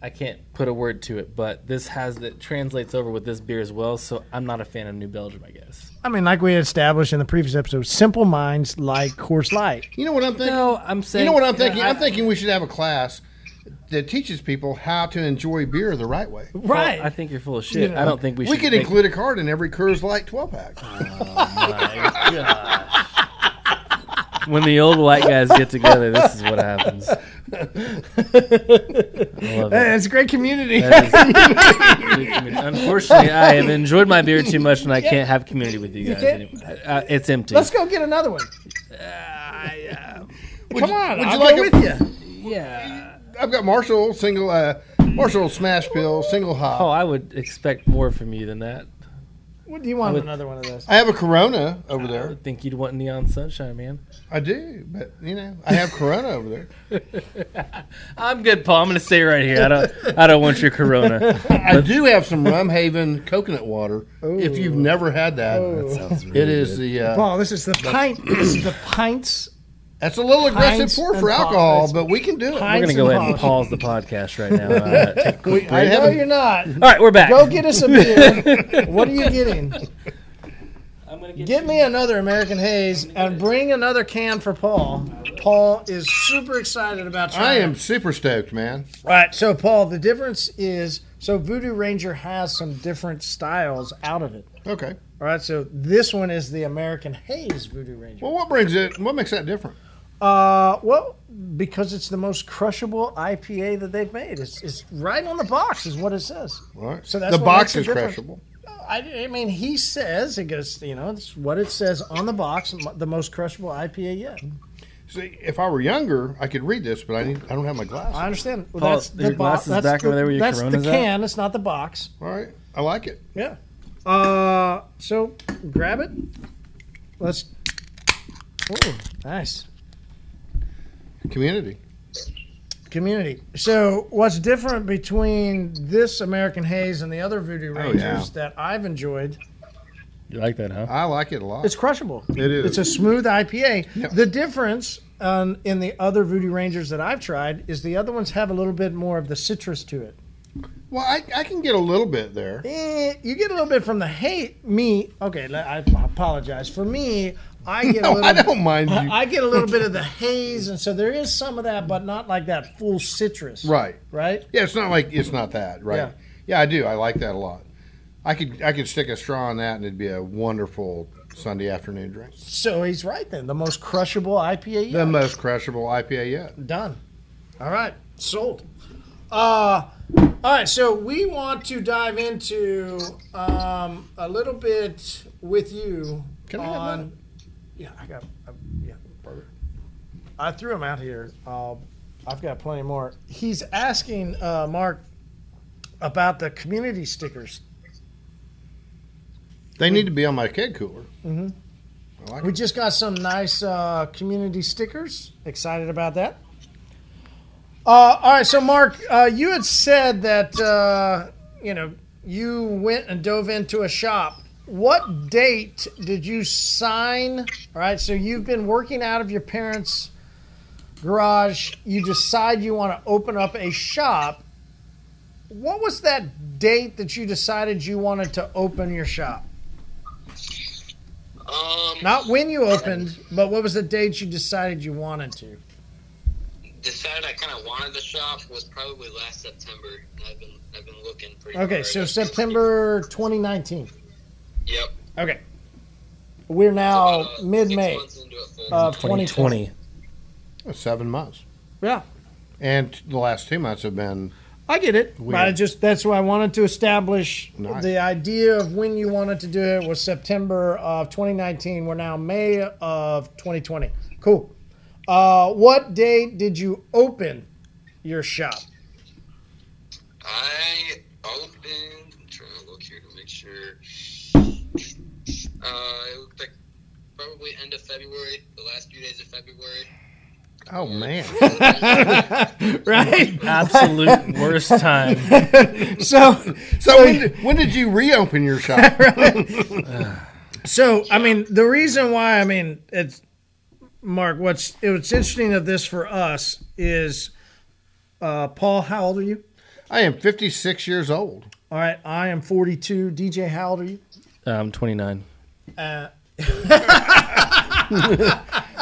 S5: I can't put a word to it, but this has that translates over with this beer as well. So I'm not a fan of New Belgium, I guess.
S4: I mean, like we established in the previous episode, simple minds like Coors Light.
S6: You know what I'm thinking?
S5: No, I'm saying.
S6: You know what I'm thinking?
S5: I-
S6: I'm thinking we should have a class that teaches people how to enjoy beer the right way.
S3: Right.
S5: I think you're full of shit. I don't think we should.
S6: We could
S5: make-
S6: include a card in every Coors Light 12 pack.
S5: when the old white guys get together. This is what happens. I love it.
S3: Hey, it's a great community.
S5: Unfortunately, I have enjoyed my beer too much, and I can't have community with you guys.
S3: can't-
S5: anymore. Uh, it's empty.
S3: Let's go get another one. Come on, I'll go
S6: like
S3: with you.
S5: Yeah.
S6: I've got Marshall single, uh, Marshall Smash Bill single hop.
S5: Oh, I would expect more from you than that.
S3: What do you want?
S5: would-
S3: Another one of those.
S6: I have a Corona over
S5: I
S6: there.
S5: would think you'd want neon sunshine, man.
S6: I do, but you know, I have Corona over there.
S5: I'm good, Paul. I'm gonna stay right here. I don't. I don't want your Corona.
S6: I do have some Rum Haven coconut water. If you've never had that, it is the uh,
S3: Paul, this is the pint. This is the pints.
S6: that's a little aggressive
S3: Pints
S6: pour
S3: and
S6: for
S3: Paul.
S6: alcohol,
S3: That's-
S6: but we can do it.
S5: We're
S3: Pints
S5: gonna go
S3: and
S5: ahead and
S3: Paul.
S5: pause the podcast right now. Uh, take a quick-
S6: I
S3: No,
S6: haven't-
S3: you're not.
S5: All right, we're back.
S3: Go get us a beer. what are you getting?
S5: I'm gonna
S3: Get me another American Haze and bring another can for Paul. Paul is super excited about trying.
S6: I
S3: it.
S6: am super stoked, man.
S3: All right, so Paul, the difference is so Voodoo Ranger has some different styles out of it.
S6: Okay.
S3: All right, so this one is the American Haze Voodoo Ranger.
S6: Well, what brings it? What makes that different?
S3: Uh, well, because it's the most crushable IPA that they've made. It's, it's right on the box, is what it says.
S6: All right.
S3: So that's
S6: the
S3: what
S6: box
S3: makes it
S6: is
S3: different.
S6: crushable.
S3: I, I mean, he says it goes. You know, it's what it says on the box. m- The most crushable IPA yet.
S6: See, if I were younger, I could read this, but I need, I don't have my glasses.
S3: I understand. Well,
S5: Paul,
S3: that's the
S5: your
S3: box.
S5: glass is
S3: That's
S5: back
S3: the,
S5: over there where your
S3: that's
S5: Corona's
S3: the
S5: at?
S3: can. It's not the box.
S6: All right. I like it.
S3: Yeah. Uh, so grab it. Let's. Oh, nice
S6: Community.
S3: community. So what's different between this American Haze and the other Voodoo Rangers
S6: yeah.
S3: that I've enjoyed?
S5: You like that, huh?
S6: I like it a lot.
S3: It's crushable.
S6: It is.
S3: It's a smooth IPA.
S6: Yep.
S3: The difference um, in the other Voodoo Rangers that I've tried is the other ones have a little bit more of the citrus to it.
S6: well, I, I can get a little bit there.
S3: Eh, you get a little bit from the hate me. Okay, le- I apologize. For me, I get a
S6: No,
S3: little.
S6: I don't mind you.
S3: I get a little bit of the haze, and so there is some of that, but not like that full citrus.
S6: Right.
S3: Right.
S6: Yeah, it's not like it's not that, right?
S3: Yeah.
S6: Yeah. I do. I like that a lot. I could I could stick a straw in that and it'd be a wonderful Sunday afternoon drink.
S3: So he's right then. The most crushable IPA
S6: The
S3: yet.
S6: most crushable IPA yet.
S3: Done. All right. Sold. Uh, all right. So we want to dive into um, a little bit with you
S6: Can I have
S3: on. yeah, I got. I, yeah. I threw him out here. Uh, I've got plenty more. He's asking uh, Mark about the community stickers.
S6: They need to be on my keg cooler.
S3: We just got some nice uh, community stickers. Excited about that. Uh, all right, so Mark, uh, you had said that uh, you know you went and dove into a shop. What date did you sign? All right, so you've been working out of your parents' garage. You decide you want to open up a shop. What was that date that you decided you wanted to open your shop?
S2: Um,
S3: Not when you opened, but what was the date you decided you wanted to?
S2: decided I kind of wanted the shop was probably last September. and I've been I've been looking pretty.
S3: Okay,
S2: hard.
S3: so September 2019.
S2: Yep.
S3: Okay. We're now
S2: About, uh,
S3: mid
S2: six
S3: May
S2: months into it full.
S3: of 2020.
S5: 2020.
S6: Seven months.
S3: Yeah,
S6: And the last two months have been
S3: I get it. But I
S6: Weird.
S3: just that's why I wanted to establish
S6: Nice.
S3: the idea of when you wanted to do it was September uh, of 2019. We're now May of 2020. Cool. Uh, what date did you open your shop?
S2: I opened. I'm trying to look here to make sure. Uh, it looked like probably end of February, the last few days of February.
S6: oh man.
S3: Right.
S5: Absolute worst time.
S3: so
S6: So when did, when did you reopen your shop?
S3: So I mean, the reason why I mean it's Mark. What's what's interesting of this for us is, uh, Paul, how old are you?
S6: I am 56 years old.
S3: All right, I am 42. DJ, how old are you?
S5: Um, 29.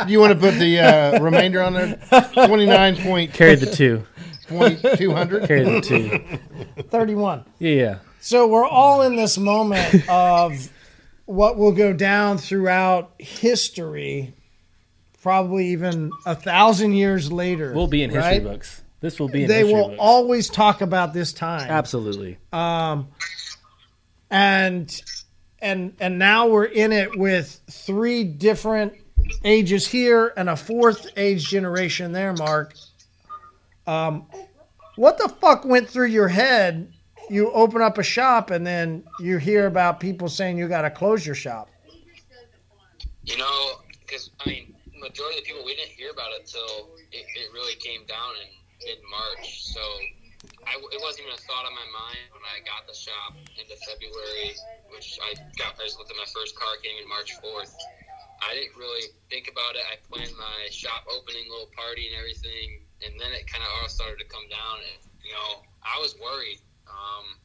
S6: Do you want to put the uh, remainder on there? 29 point.
S5: Carry the two.
S6: 20, 200.
S5: Carry the two.
S4: 31.
S5: Yeah, yeah.
S4: So we're all in this moment of what will go down throughout history, probably even a thousand years later.
S5: We'll be in history
S4: right?
S5: books. This will be in
S4: They
S5: history
S4: will
S5: books.
S4: always talk about this time.
S5: Absolutely.
S4: and and and now we're in it with three different ages here and a fourth age generation there mark um what the fuck went through your head you open up a shop and then you hear about people saying you got to close your shop
S2: You know, because I mean, majority of the people we didn't hear about it till it, it really came down in mid March. So I, it wasn't even a thought on my mind when I got the shop into February, which I got. I was looking my first car came in March fourth. I didn't really think about it. I planned my shop opening little party and everything, and then it kind of all started to come down. And you know, I was worried. Um,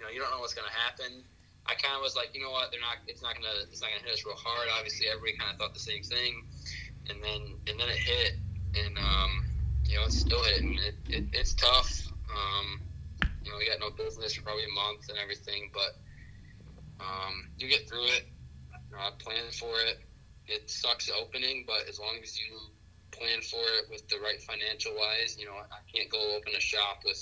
S2: you know, you don't know what's gonna happen. I kind of was like, you know what, they're not. It's not gonna. It's not gonna hit us real hard. Obviously, everybody kind of thought the same thing, and then and then it hit, and um, you know, it's still hitting. It, it, it's tough. Um, you know, we got no business for probably a month and everything, but um, you get through it. Uh, plan for it. It sucks opening, but as long as you plan for it with the right financial wise, you know, I can't go open a shop with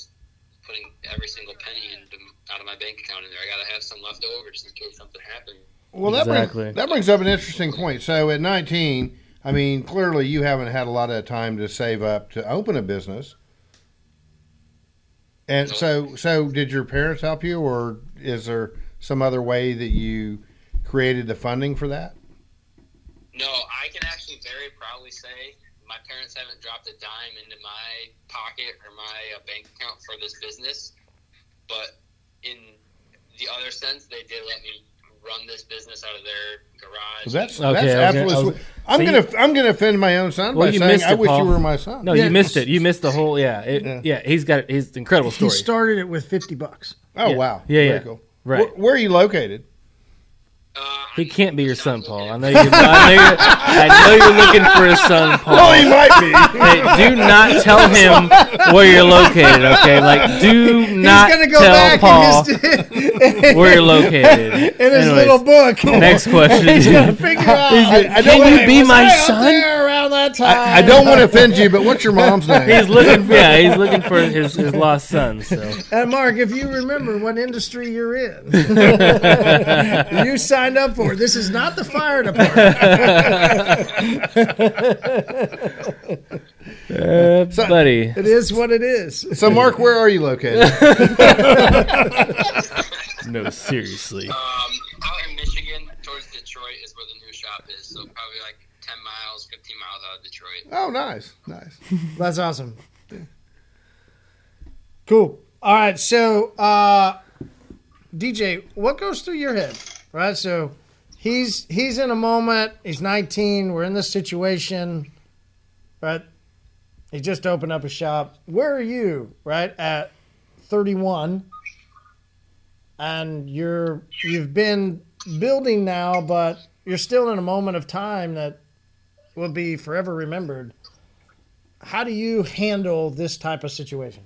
S2: putting every single penny into, out of my bank account in there. I got to have some left over just in case something happens.
S6: Well, that,
S5: Exactly.
S6: brings, that brings up an interesting point. So at 19, I mean, clearly you haven't had a lot of time to save up to open a business. And so, so did your parents help you, or is there some other way that you created the funding for that?
S2: No, I can actually very proudly say my parents haven't dropped a dime into my pocket or my uh, bank account for this business. But in the other sense, they did let me run this business out of their garage.
S6: That's
S5: Okay,
S6: that's
S5: okay. I
S6: absolutely.
S5: was-
S6: I'm
S5: so you-
S6: gonna I'm gonna offend my own son
S5: Well,
S6: by
S5: you
S6: saying
S5: missed
S6: I
S5: it,
S6: wish
S5: Paul.
S6: you were my son.
S5: No,
S4: Yeah.
S5: you missed it. You missed the whole. Yeah, it,
S6: Yeah.
S5: yeah. He's got his incredible
S4: he
S5: story.
S4: started it with 50 bucks
S6: Oh
S5: Yeah.
S6: wow.
S5: Yeah,
S6: Very
S5: yeah.
S6: cool.
S5: Right.
S6: Where, where are you located?
S2: Uh,
S5: he can't be your son, Paul. I know you. I know you're, I know you're looking for a son, Paul.
S6: Oh, he might be.
S5: Hey, do not tell him where you're located, okay? Like, do not
S4: he's gonna go
S5: tell
S4: back
S5: Paul
S4: in his, in
S5: where you're located.
S4: his
S5: Anyways,
S4: little book
S5: next question.
S4: he's gonna figure out
S6: I don't
S5: Can
S6: wanna-
S5: you be
S6: was
S5: my
S6: I out
S5: son?
S6: there around that time? I, I don't want to offend you, but what's your mom's name?
S5: He's looking. Yeah, he's looking for his, his lost son. So
S4: And Mark, if you remember what industry you're in, you signed up for. This is not the fire department.
S5: Uh, buddy,
S4: It is what it is.
S6: so, Mark, where are you located?
S5: no, seriously.
S2: Um, out in Michigan, towards Detroit, is where the new shop is. So probably like 10 miles, 15 miles out of Detroit.
S6: Oh, nice, nice.
S4: That's awesome. Cool. All right. So, uh, DJ, what goes through your head? All Right. So, he's he's in a moment. He's 19. We're in this situation. Right. He just opened up a shop. Where are you? Right at 31. And you're you've been building now, but you're still in a moment of time that will be forever remembered how do you handle this type of situation?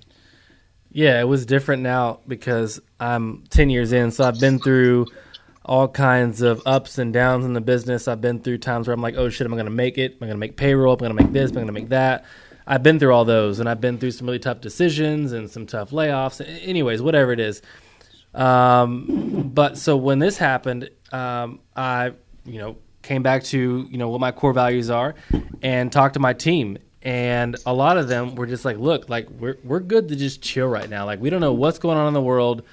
S5: Yeah, it was different now because I'm 10 years in. So I've been through all kinds of ups and downs in the business. I've been through times where I'm like, oh shit, am I going to make it? Am I going to make payroll? Am I going to make this? Am I going to make that? I've been through all those and I've been through some really tough decisions and some tough layoffs. A- Anyways, whatever it is. Um, but so when this happened, um, I, you know, came back to, you know, what my core values are and talked to my team. And a lot of them were just like, look, like we're, we're good to just chill right now. Like we don't know what's going on in the world.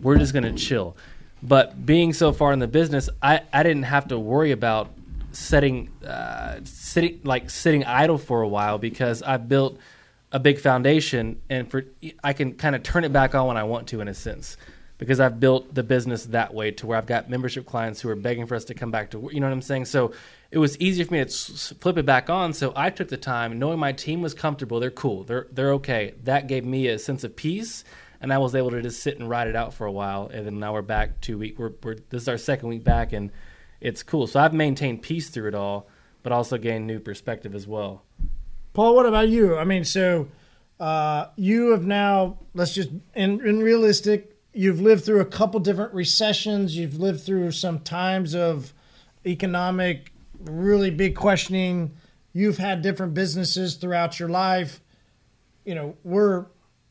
S5: We're just going to chill. But being so far in the business, I, I didn't have to worry about setting, uh, sitting, like sitting idle for a while because I built a big foundation and for I can kind of turn it back on when I want to in a sense because I've built the business that way to where I've got membership clients who are begging for us to come back to work. You know what I'm saying? So it was easier for me to s- s- flip it back on. So I took the time, knowing my team was comfortable, they're cool, they're they're okay. That gave me a sense of peace, and I was able to just sit and ride it out for a while. And then now we're back two week. We're, we're this is our second week back, and it's cool. So I've maintained peace through it all, but also gained new perspective as well.
S4: Paul, what about you? I mean, so Uh, you have now, let's just, in, in realistic, you've lived through a couple different recessions. You've lived through some times of economic, really big questioning. You've had different businesses throughout your life. You know, we're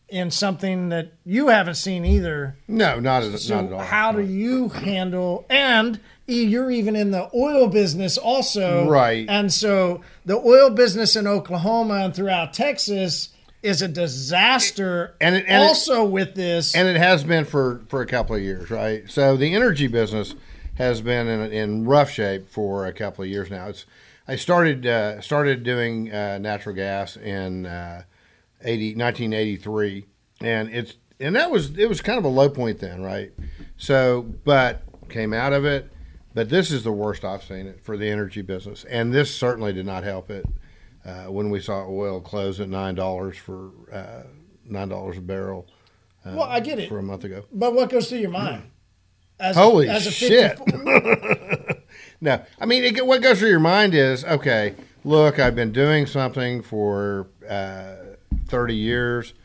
S4: in something that you haven't seen either.
S6: No, not at,
S4: So
S6: not at all.
S4: how do you handle and e- you're even in the oil business also
S6: Right.
S4: and so the oil business in oklahoma and throughout texas is a disaster
S6: And it- and it-
S4: also with this
S6: and it has been for for a couple of years, right? So the energy business has been in, in rough shape for a couple of years now. It's I started uh, started doing uh, natural gas in uh, 80, 1983, and it's and that was it was kind of a low point then, right? So, but came out of it. But this is the worst I've seen it for the energy business, and this certainly did not help it uh, when we saw oil close at nine dollars for uh, nine dollars a barrel
S4: well i get it
S6: for a month ago.
S4: but what goes through your mind as
S6: Holy
S4: as a
S6: shit.
S4: 54
S6: No, I mean, it, what goes through your mind is okay. Look, I've been doing something for uh, thirty years,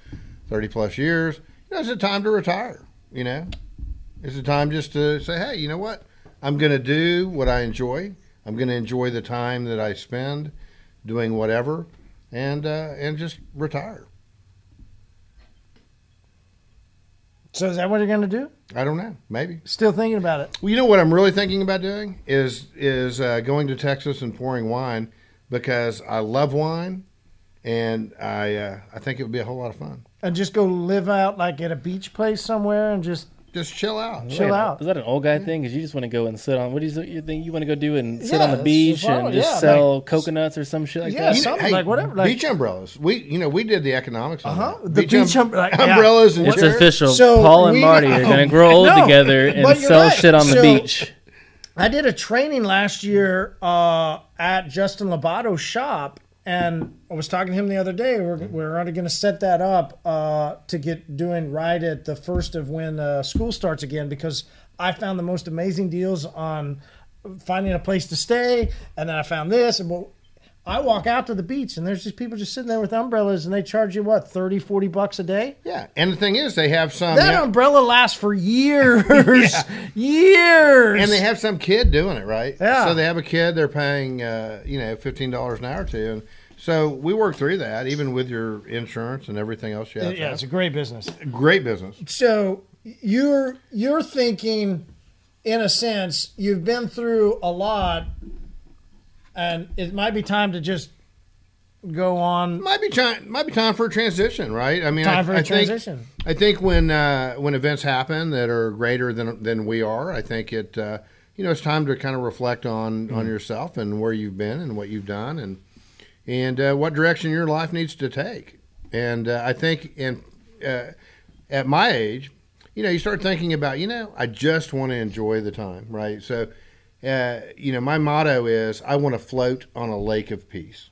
S6: thirty plus years. You know, it's a time to retire. You know, it's a time just to say, hey, you know what? I'm going to do what I enjoy. I'm going to enjoy the time that I spend doing whatever, and uh, and just retire.
S4: so is that what you're gonna do
S6: I don't know, maybe.
S4: still thinking about it
S6: Well, you know what I'm really thinking about doing is is uh, going to Texas and pouring wine because I love wine, and I uh, I think it would be a whole lot of fun.
S4: and just go live out like at a beach place somewhere and just
S6: Just chill out.
S4: chill
S5: Wait,
S4: out
S5: Is that an old guy thing? Because you just want to go and sit on. What do you, you think you want to go do and sit
S4: Yeah,
S5: on the
S4: that's-
S5: beach
S4: well,
S5: and just
S4: yeah,
S5: sell coconuts or some shit like
S4: Yeah,
S5: that?
S6: You know,
S4: something like whatever, like-
S6: beach umbrellas. We you know we did the economics. on
S4: Uh-huh.
S6: that.
S4: The beach um- like, yeah.
S6: umbrellas and
S5: It's
S6: chairs.
S5: official.
S4: So
S5: Paul and
S4: we-
S5: Marty are going to grow old
S4: No,
S5: together and
S4: but you're
S5: sell
S4: right.
S5: shit on the
S4: So-
S5: beach.
S4: I did a training last year uh, at Justin Labato's shop, and I was talking to him the other day. We're,
S6: Mm-hmm.
S4: we're already going to set that up uh, to get doing right at the first of when uh, school starts again because I found the most amazing deals on finding a place to stay, and then I found this. And well, I walk out to the beach, and there's just people just sitting there with umbrellas, and they charge you what 30, 40 bucks a day.
S6: Yeah, and the thing is, they have some.
S4: That umbrella lasts for years, years.
S6: and they have some kid doing it, right?
S4: Yeah.
S6: So they have a kid. They're paying, uh, you know, fifteen dollars an hour to, and so we work through that, even with your insurance and everything else. You have to
S4: yeah,
S6: have.
S4: it's a great business.
S6: great business.
S4: so you're you're thinking in a sense you've been through a lot and it might be time to just go on
S6: might be time might be time for a transition, right? I mean, I,
S4: time for a
S6: I think-
S4: transition
S6: I think when uh, when events happen that are greater than than we are, I think it uh, you know it's time to kind of reflect on on yourself and where you've been and what you've done and and uh, what direction your life needs to take. And uh, I think in uh, at my age, you know, you start thinking about you know I just want to enjoy the time, right? So. Uh, you know, my motto is I want to float on a lake of peace.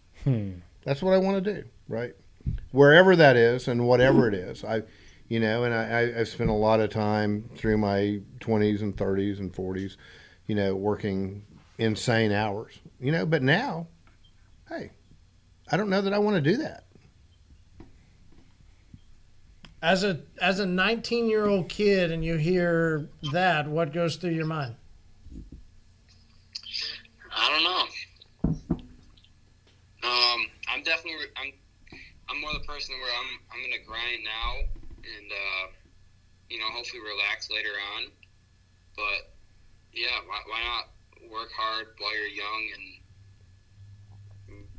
S6: That's what I want to do, right? Wherever that is and whatever it is, I, you know, and I, I, I've spent a lot of time through my twenties and thirties and forties, you know, working insane hours, you know. But now, hey, I don't know that I want to do that.
S4: as a as a 19 year old kid and you hear that what goes through your mind
S2: I don't know. Um, I'm definitely I'm I'm more the person where I'm I'm gonna grind now and uh, you know hopefully relax later on. But yeah, why, why not work hard while you're young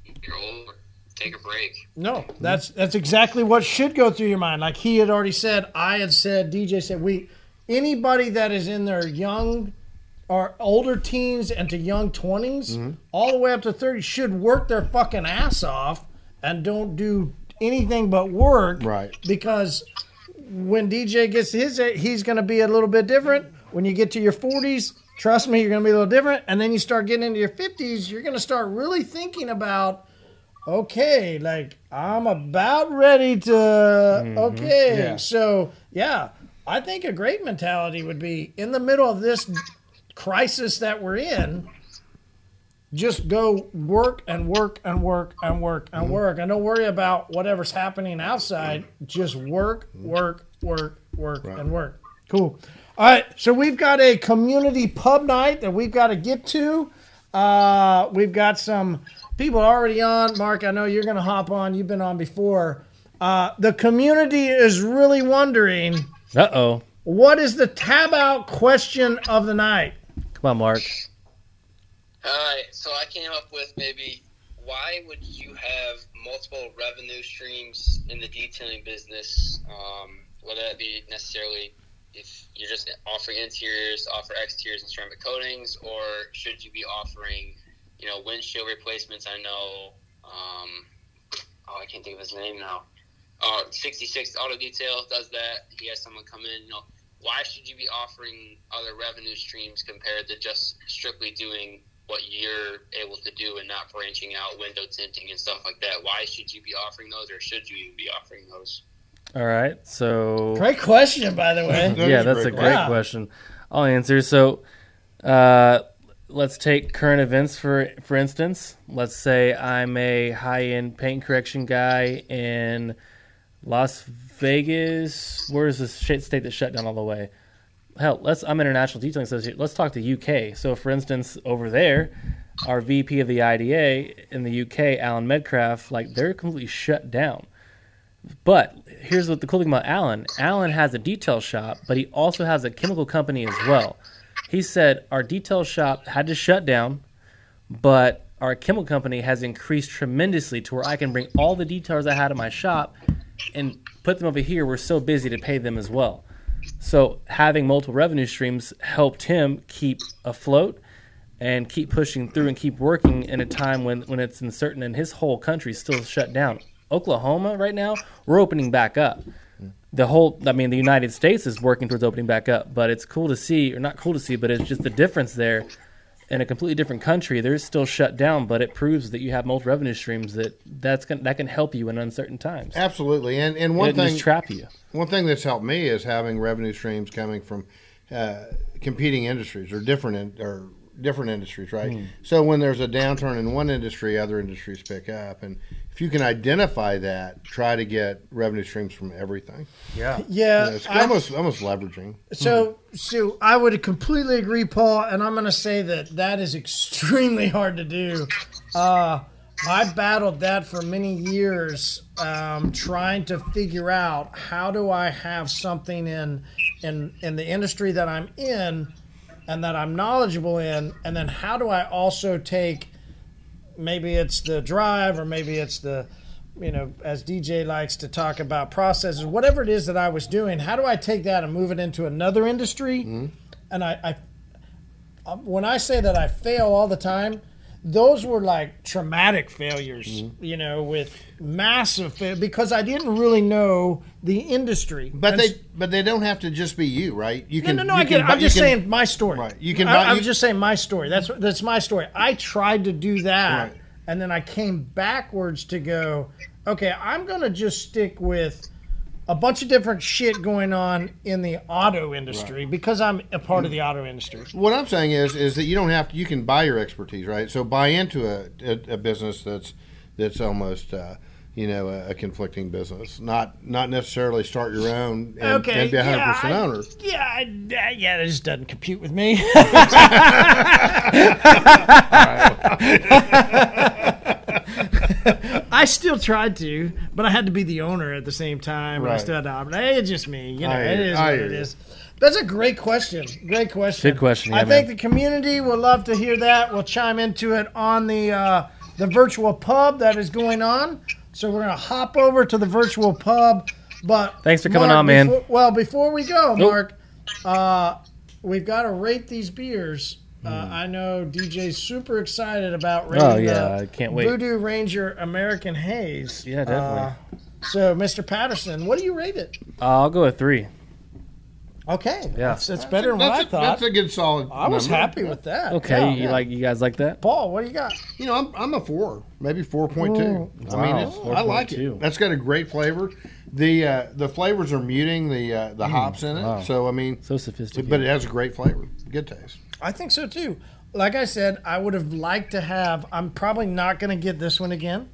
S2: and you're older? Take a break.
S4: No, that's that's exactly what should go through your mind. Like he had already said, I had said, DJ said, we anybody that is in their young or older teens and to young 20s
S6: Mm-hmm.
S4: all the way up to 30 should work their fucking ass off and don't do anything but work.
S6: Right.
S4: Because when DJ gets his age, he's going to be a little bit different. When you get to your 40s, trust me, you're going to be a little different. And then you start getting into your 50s, you're going to start really thinking about, okay, like I'm about ready to, okay.
S6: Mm-hmm. Yeah.
S4: So, yeah, I think a great mentality would be in the middle of this crisis that we're in, just go work and work and work and work and work and don't worry about whatever's happening outside just work work work work and work cool all right so we've got a community pub night that we've got to get to uh, we've got some people already on mark i know you're going to hop on you've been on before uh, the community is really wondering
S5: Uh oh.
S4: what is the tab out question of the night
S5: Come on, Mark.
S2: All right, so I came up with maybe why would you have multiple revenue streams in the detailing business? Um, whether that be necessarily if you're just offering interiors, offer exteriors and ceramic coatings, or should you be offering, you know, windshield replacements? I know, um, oh, I can't think of his name now. Uh, 66 Auto Detail does that. He has someone come in, you know. Why should you be offering other revenue streams compared to just strictly doing what you're able to do and not branching out window tinting and stuff like that. Why should you be offering those or should you even be offering those?
S5: All right. So
S4: great question by the way
S6: That
S5: yeah,
S6: is
S5: that's a great
S4: question.
S5: question. I'll answer. So, uh, let's take current events for for instance. Let's say I'm a high end paint correction guy in Las Vegas. Where's the sh- state that shut down all the way? Hell, let's. I'm international detailing associate. Let's talk to UK. So, for instance, over there, our VP of the IDA in the UK, Alan Medcraft, like they're completely shut down. But here's what the cool thing about Alan. Alan has a detail shop, but he also has a chemical company as well. He said our detail shop had to shut down, but our chemical company has increased tremendously to where I can bring all the details I had in my shop and put them over here. We're so busy to pay them as well. So having multiple revenue streams helped him keep afloat and keep pushing through and keep working in a time when, when it's uncertain and his whole country's still shut down. Oklahoma right now, we're opening back up. The whole, I mean, the United States is working towards opening back up, but it's cool to see, or not cool to see, but it's just the difference there. In a completely different country, they're still shut down, but it proves that you have multiple revenue streams that that's gonna, that can help you in uncertain times.
S6: Absolutely, and and
S5: It
S6: one
S5: doesn't
S6: thing
S5: just trap you.
S6: one thing that's helped me is having revenue streams coming from uh, competing industries or different in, or different industries, right?
S4: Hmm.
S6: So when there's a downturn in one industry, other industries pick up, and if you can identify that, try to get revenue streams from everything.
S4: yeah,
S6: it's
S4: I-
S6: almost almost leveraging.
S4: So, so I would completely agree, Paul, and I'm going to say that that is extremely hard to do. Uh, I battled that for many years, um, trying to figure out how do I have something in in in the industry that I'm in and that I'm knowledgeable in, and then how do I also take maybe it's the drive or maybe it's the you know as dj likes to talk about processes whatever it is that i was doing how do i take that and move it into another industry and I, I uh, when i say that i fail all the time those were like traumatic failures you know with massive fail because i didn't really know the industry
S6: But
S4: And
S6: they
S4: s-
S6: but they don't have to just be you, right? You
S4: no,
S6: can
S4: no, no.
S6: you
S4: I get.
S6: can
S4: It.
S6: bu-
S4: I'm
S6: you
S4: just
S6: can-
S4: saying my story.
S6: Right. You can buy-
S4: I, am
S6: you-
S4: just saying my story. That's that's my story. I tried to do that,
S6: Right.
S4: and then I came backwards to go. Okay, I'm gonna just stick with a bunch of different shit going on in the auto industry because I'm a part of the
S6: Mm-hmm.
S4: auto industry.
S6: What I'm saying is, is that you don't have to. You can buy your expertise, right? So buy into a, a, a business that's that's almost uh, you know a, a conflicting business. Not not necessarily start your own and,
S4: okay,
S6: and be 100
S4: yeah,
S6: percent
S4: I,
S6: owner.
S4: yeah, I, yeah. That just doesn't compute with me. I still tried to, but I had to be the owner at the same time. and I
S6: Right.
S4: still had to operate. Hey, It's just me. You know,
S6: I
S4: it
S6: hear you.
S4: is
S6: I
S4: what
S6: hear
S4: it
S6: you.
S4: is. That's a great question. Great question.
S5: Good question,
S4: I
S5: yeah,
S4: think
S5: man.
S4: the community will love to hear that. We'll chime into it on the uh, the virtual pub that is going on. So we're gonna hop over to the virtual pub. But
S5: Thanks for coming
S4: Mark,
S5: on, man.
S4: before- well, before we go,
S5: Nope.
S4: Mark, uh, we've got to rate these beers. Uh, I know DJ's super excited about rating
S5: Oh, yeah,
S4: the
S5: I can't wait.
S4: Voodoo Ranger American Haze.
S5: Yeah, definitely.
S4: Uh, so, Mr. Patterson, what do you rate it?
S5: Uh, I'll go with three.
S4: Okay,
S5: Yeah.
S4: that's, that's better than what
S6: that's
S4: I
S6: a,
S4: thought.
S6: That's a good solid.
S4: I was
S6: number.
S4: happy with that.
S5: Okay,
S4: Yeah.
S5: you like you guys like that?
S4: Paul, what do you got?
S6: You know, I'm, I'm a four, maybe four point two. I mean,
S5: Wow,
S6: it's, I like
S5: 4.2.
S6: it. That's got a great flavor. The uh, the flavors are muting the uh,
S4: Hmm,
S6: the hops in it, so I mean,
S5: So sophisticated.
S6: but it has a great flavor, good taste.
S4: I think so too. like I said, I would have liked to have. I'm probably not going to get this one again.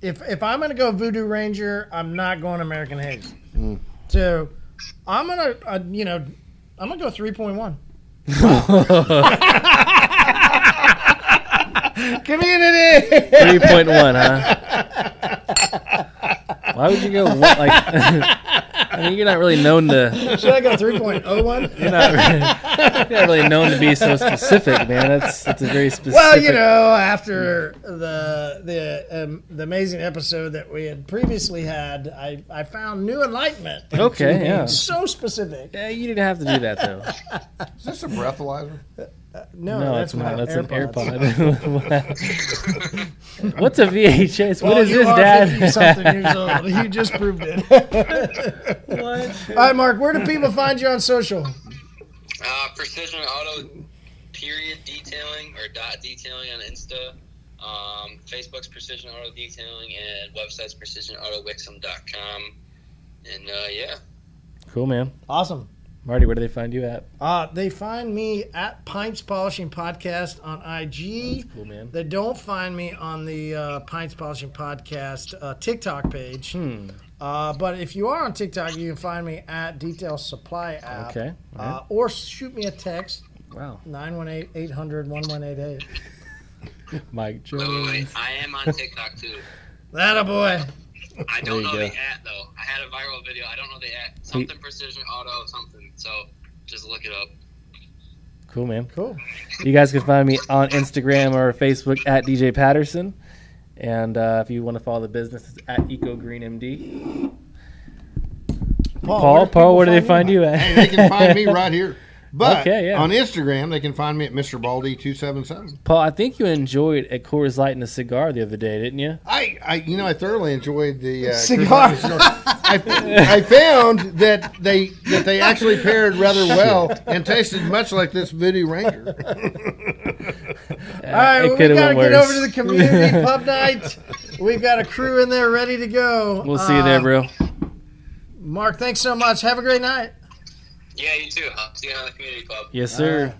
S4: If if I'm going to go Voodoo Ranger, I'm not going American Haze.
S5: Mm.
S4: So I'm gonna, uh, you know, I'm gonna go three point one.
S6: Community.
S5: Three point one, huh? Why would you go one, like? I mean, you're not really known to
S4: Should I go three point oh one?
S5: you're not, really, you're not really known to be so specific, man. That's that's a very specific.
S4: Well, you know, after the the um, the amazing episode that we had previously had, I, I found new enlightenment.
S5: Okay, yeah.
S4: So specific.
S5: Yeah, you didn't have to do that though.
S6: Is this a breathalyzer?
S4: No,
S5: No,
S4: Oh, that's
S5: it's not.
S4: not.
S5: That's an
S4: AirPods.
S5: AirPod. What's a VHS?
S4: Well,
S5: what is
S4: you
S5: this,
S4: are
S5: Dad?
S4: 50 something years old. You just proved it. All right, Mark. Where do people find you on social?
S2: Uh, precision auto period detailing or dot detailing on Insta. Um, Facebook's Precision Auto Detailing and website's precisionautowixom.com. And uh, yeah,
S5: Cool, man.
S4: Awesome.
S5: Marty, where do they find you at?
S4: Uh, they find me at Pints Polishing Podcast on IG.
S5: Cool, man.
S4: They don't find me on the uh, Pints Polishing Podcast uh, TikTok page.
S5: Hmm.
S4: Uh, but if you are on TikTok, you can find me at Detail Supply app.
S5: Okay, all right.
S4: Uh, or shoot me a text,
S5: Wow,
S4: 918 800 1188.
S5: Mike
S2: oh,
S5: Jones.
S2: wait, I am on TikTok too.
S4: That a boy.
S2: I don't
S5: There you
S2: know the
S5: go.
S2: at though. I had a viral video. I don't know the at. Something Precision Auto something. So just look it up.
S5: Cool, man.
S4: Cool.
S5: You guys can find me on Instagram or Facebook at DJ Patterson. And uh, if you want to follow the business, it's at
S4: where
S5: EcoGreenMD. Paul,
S4: do
S5: Paul,
S4: people
S5: where do they find you at?
S6: Hey, they can find me right here. But
S5: Okay, yeah.
S6: on Instagram, they can find me at Mr. Baldy two seven seven.
S5: Paul, I think you enjoyed a Coors Light and a cigar the other day, didn't you?
S6: I, I, you know, I thoroughly enjoyed the uh,
S4: Cigar.
S6: I, I found that they that they actually paired rather well and tasted much like this Voodoo Ranger.
S5: All
S4: All right, well, we got to get over to the community pub night. We've got a crew in there ready to go.
S5: We'll see you there,
S4: Uh,
S5: bro.
S4: Mark, thanks so much. Have a great night.
S2: Yeah, you too. I'll see you on the community pub.
S5: Yes, sir.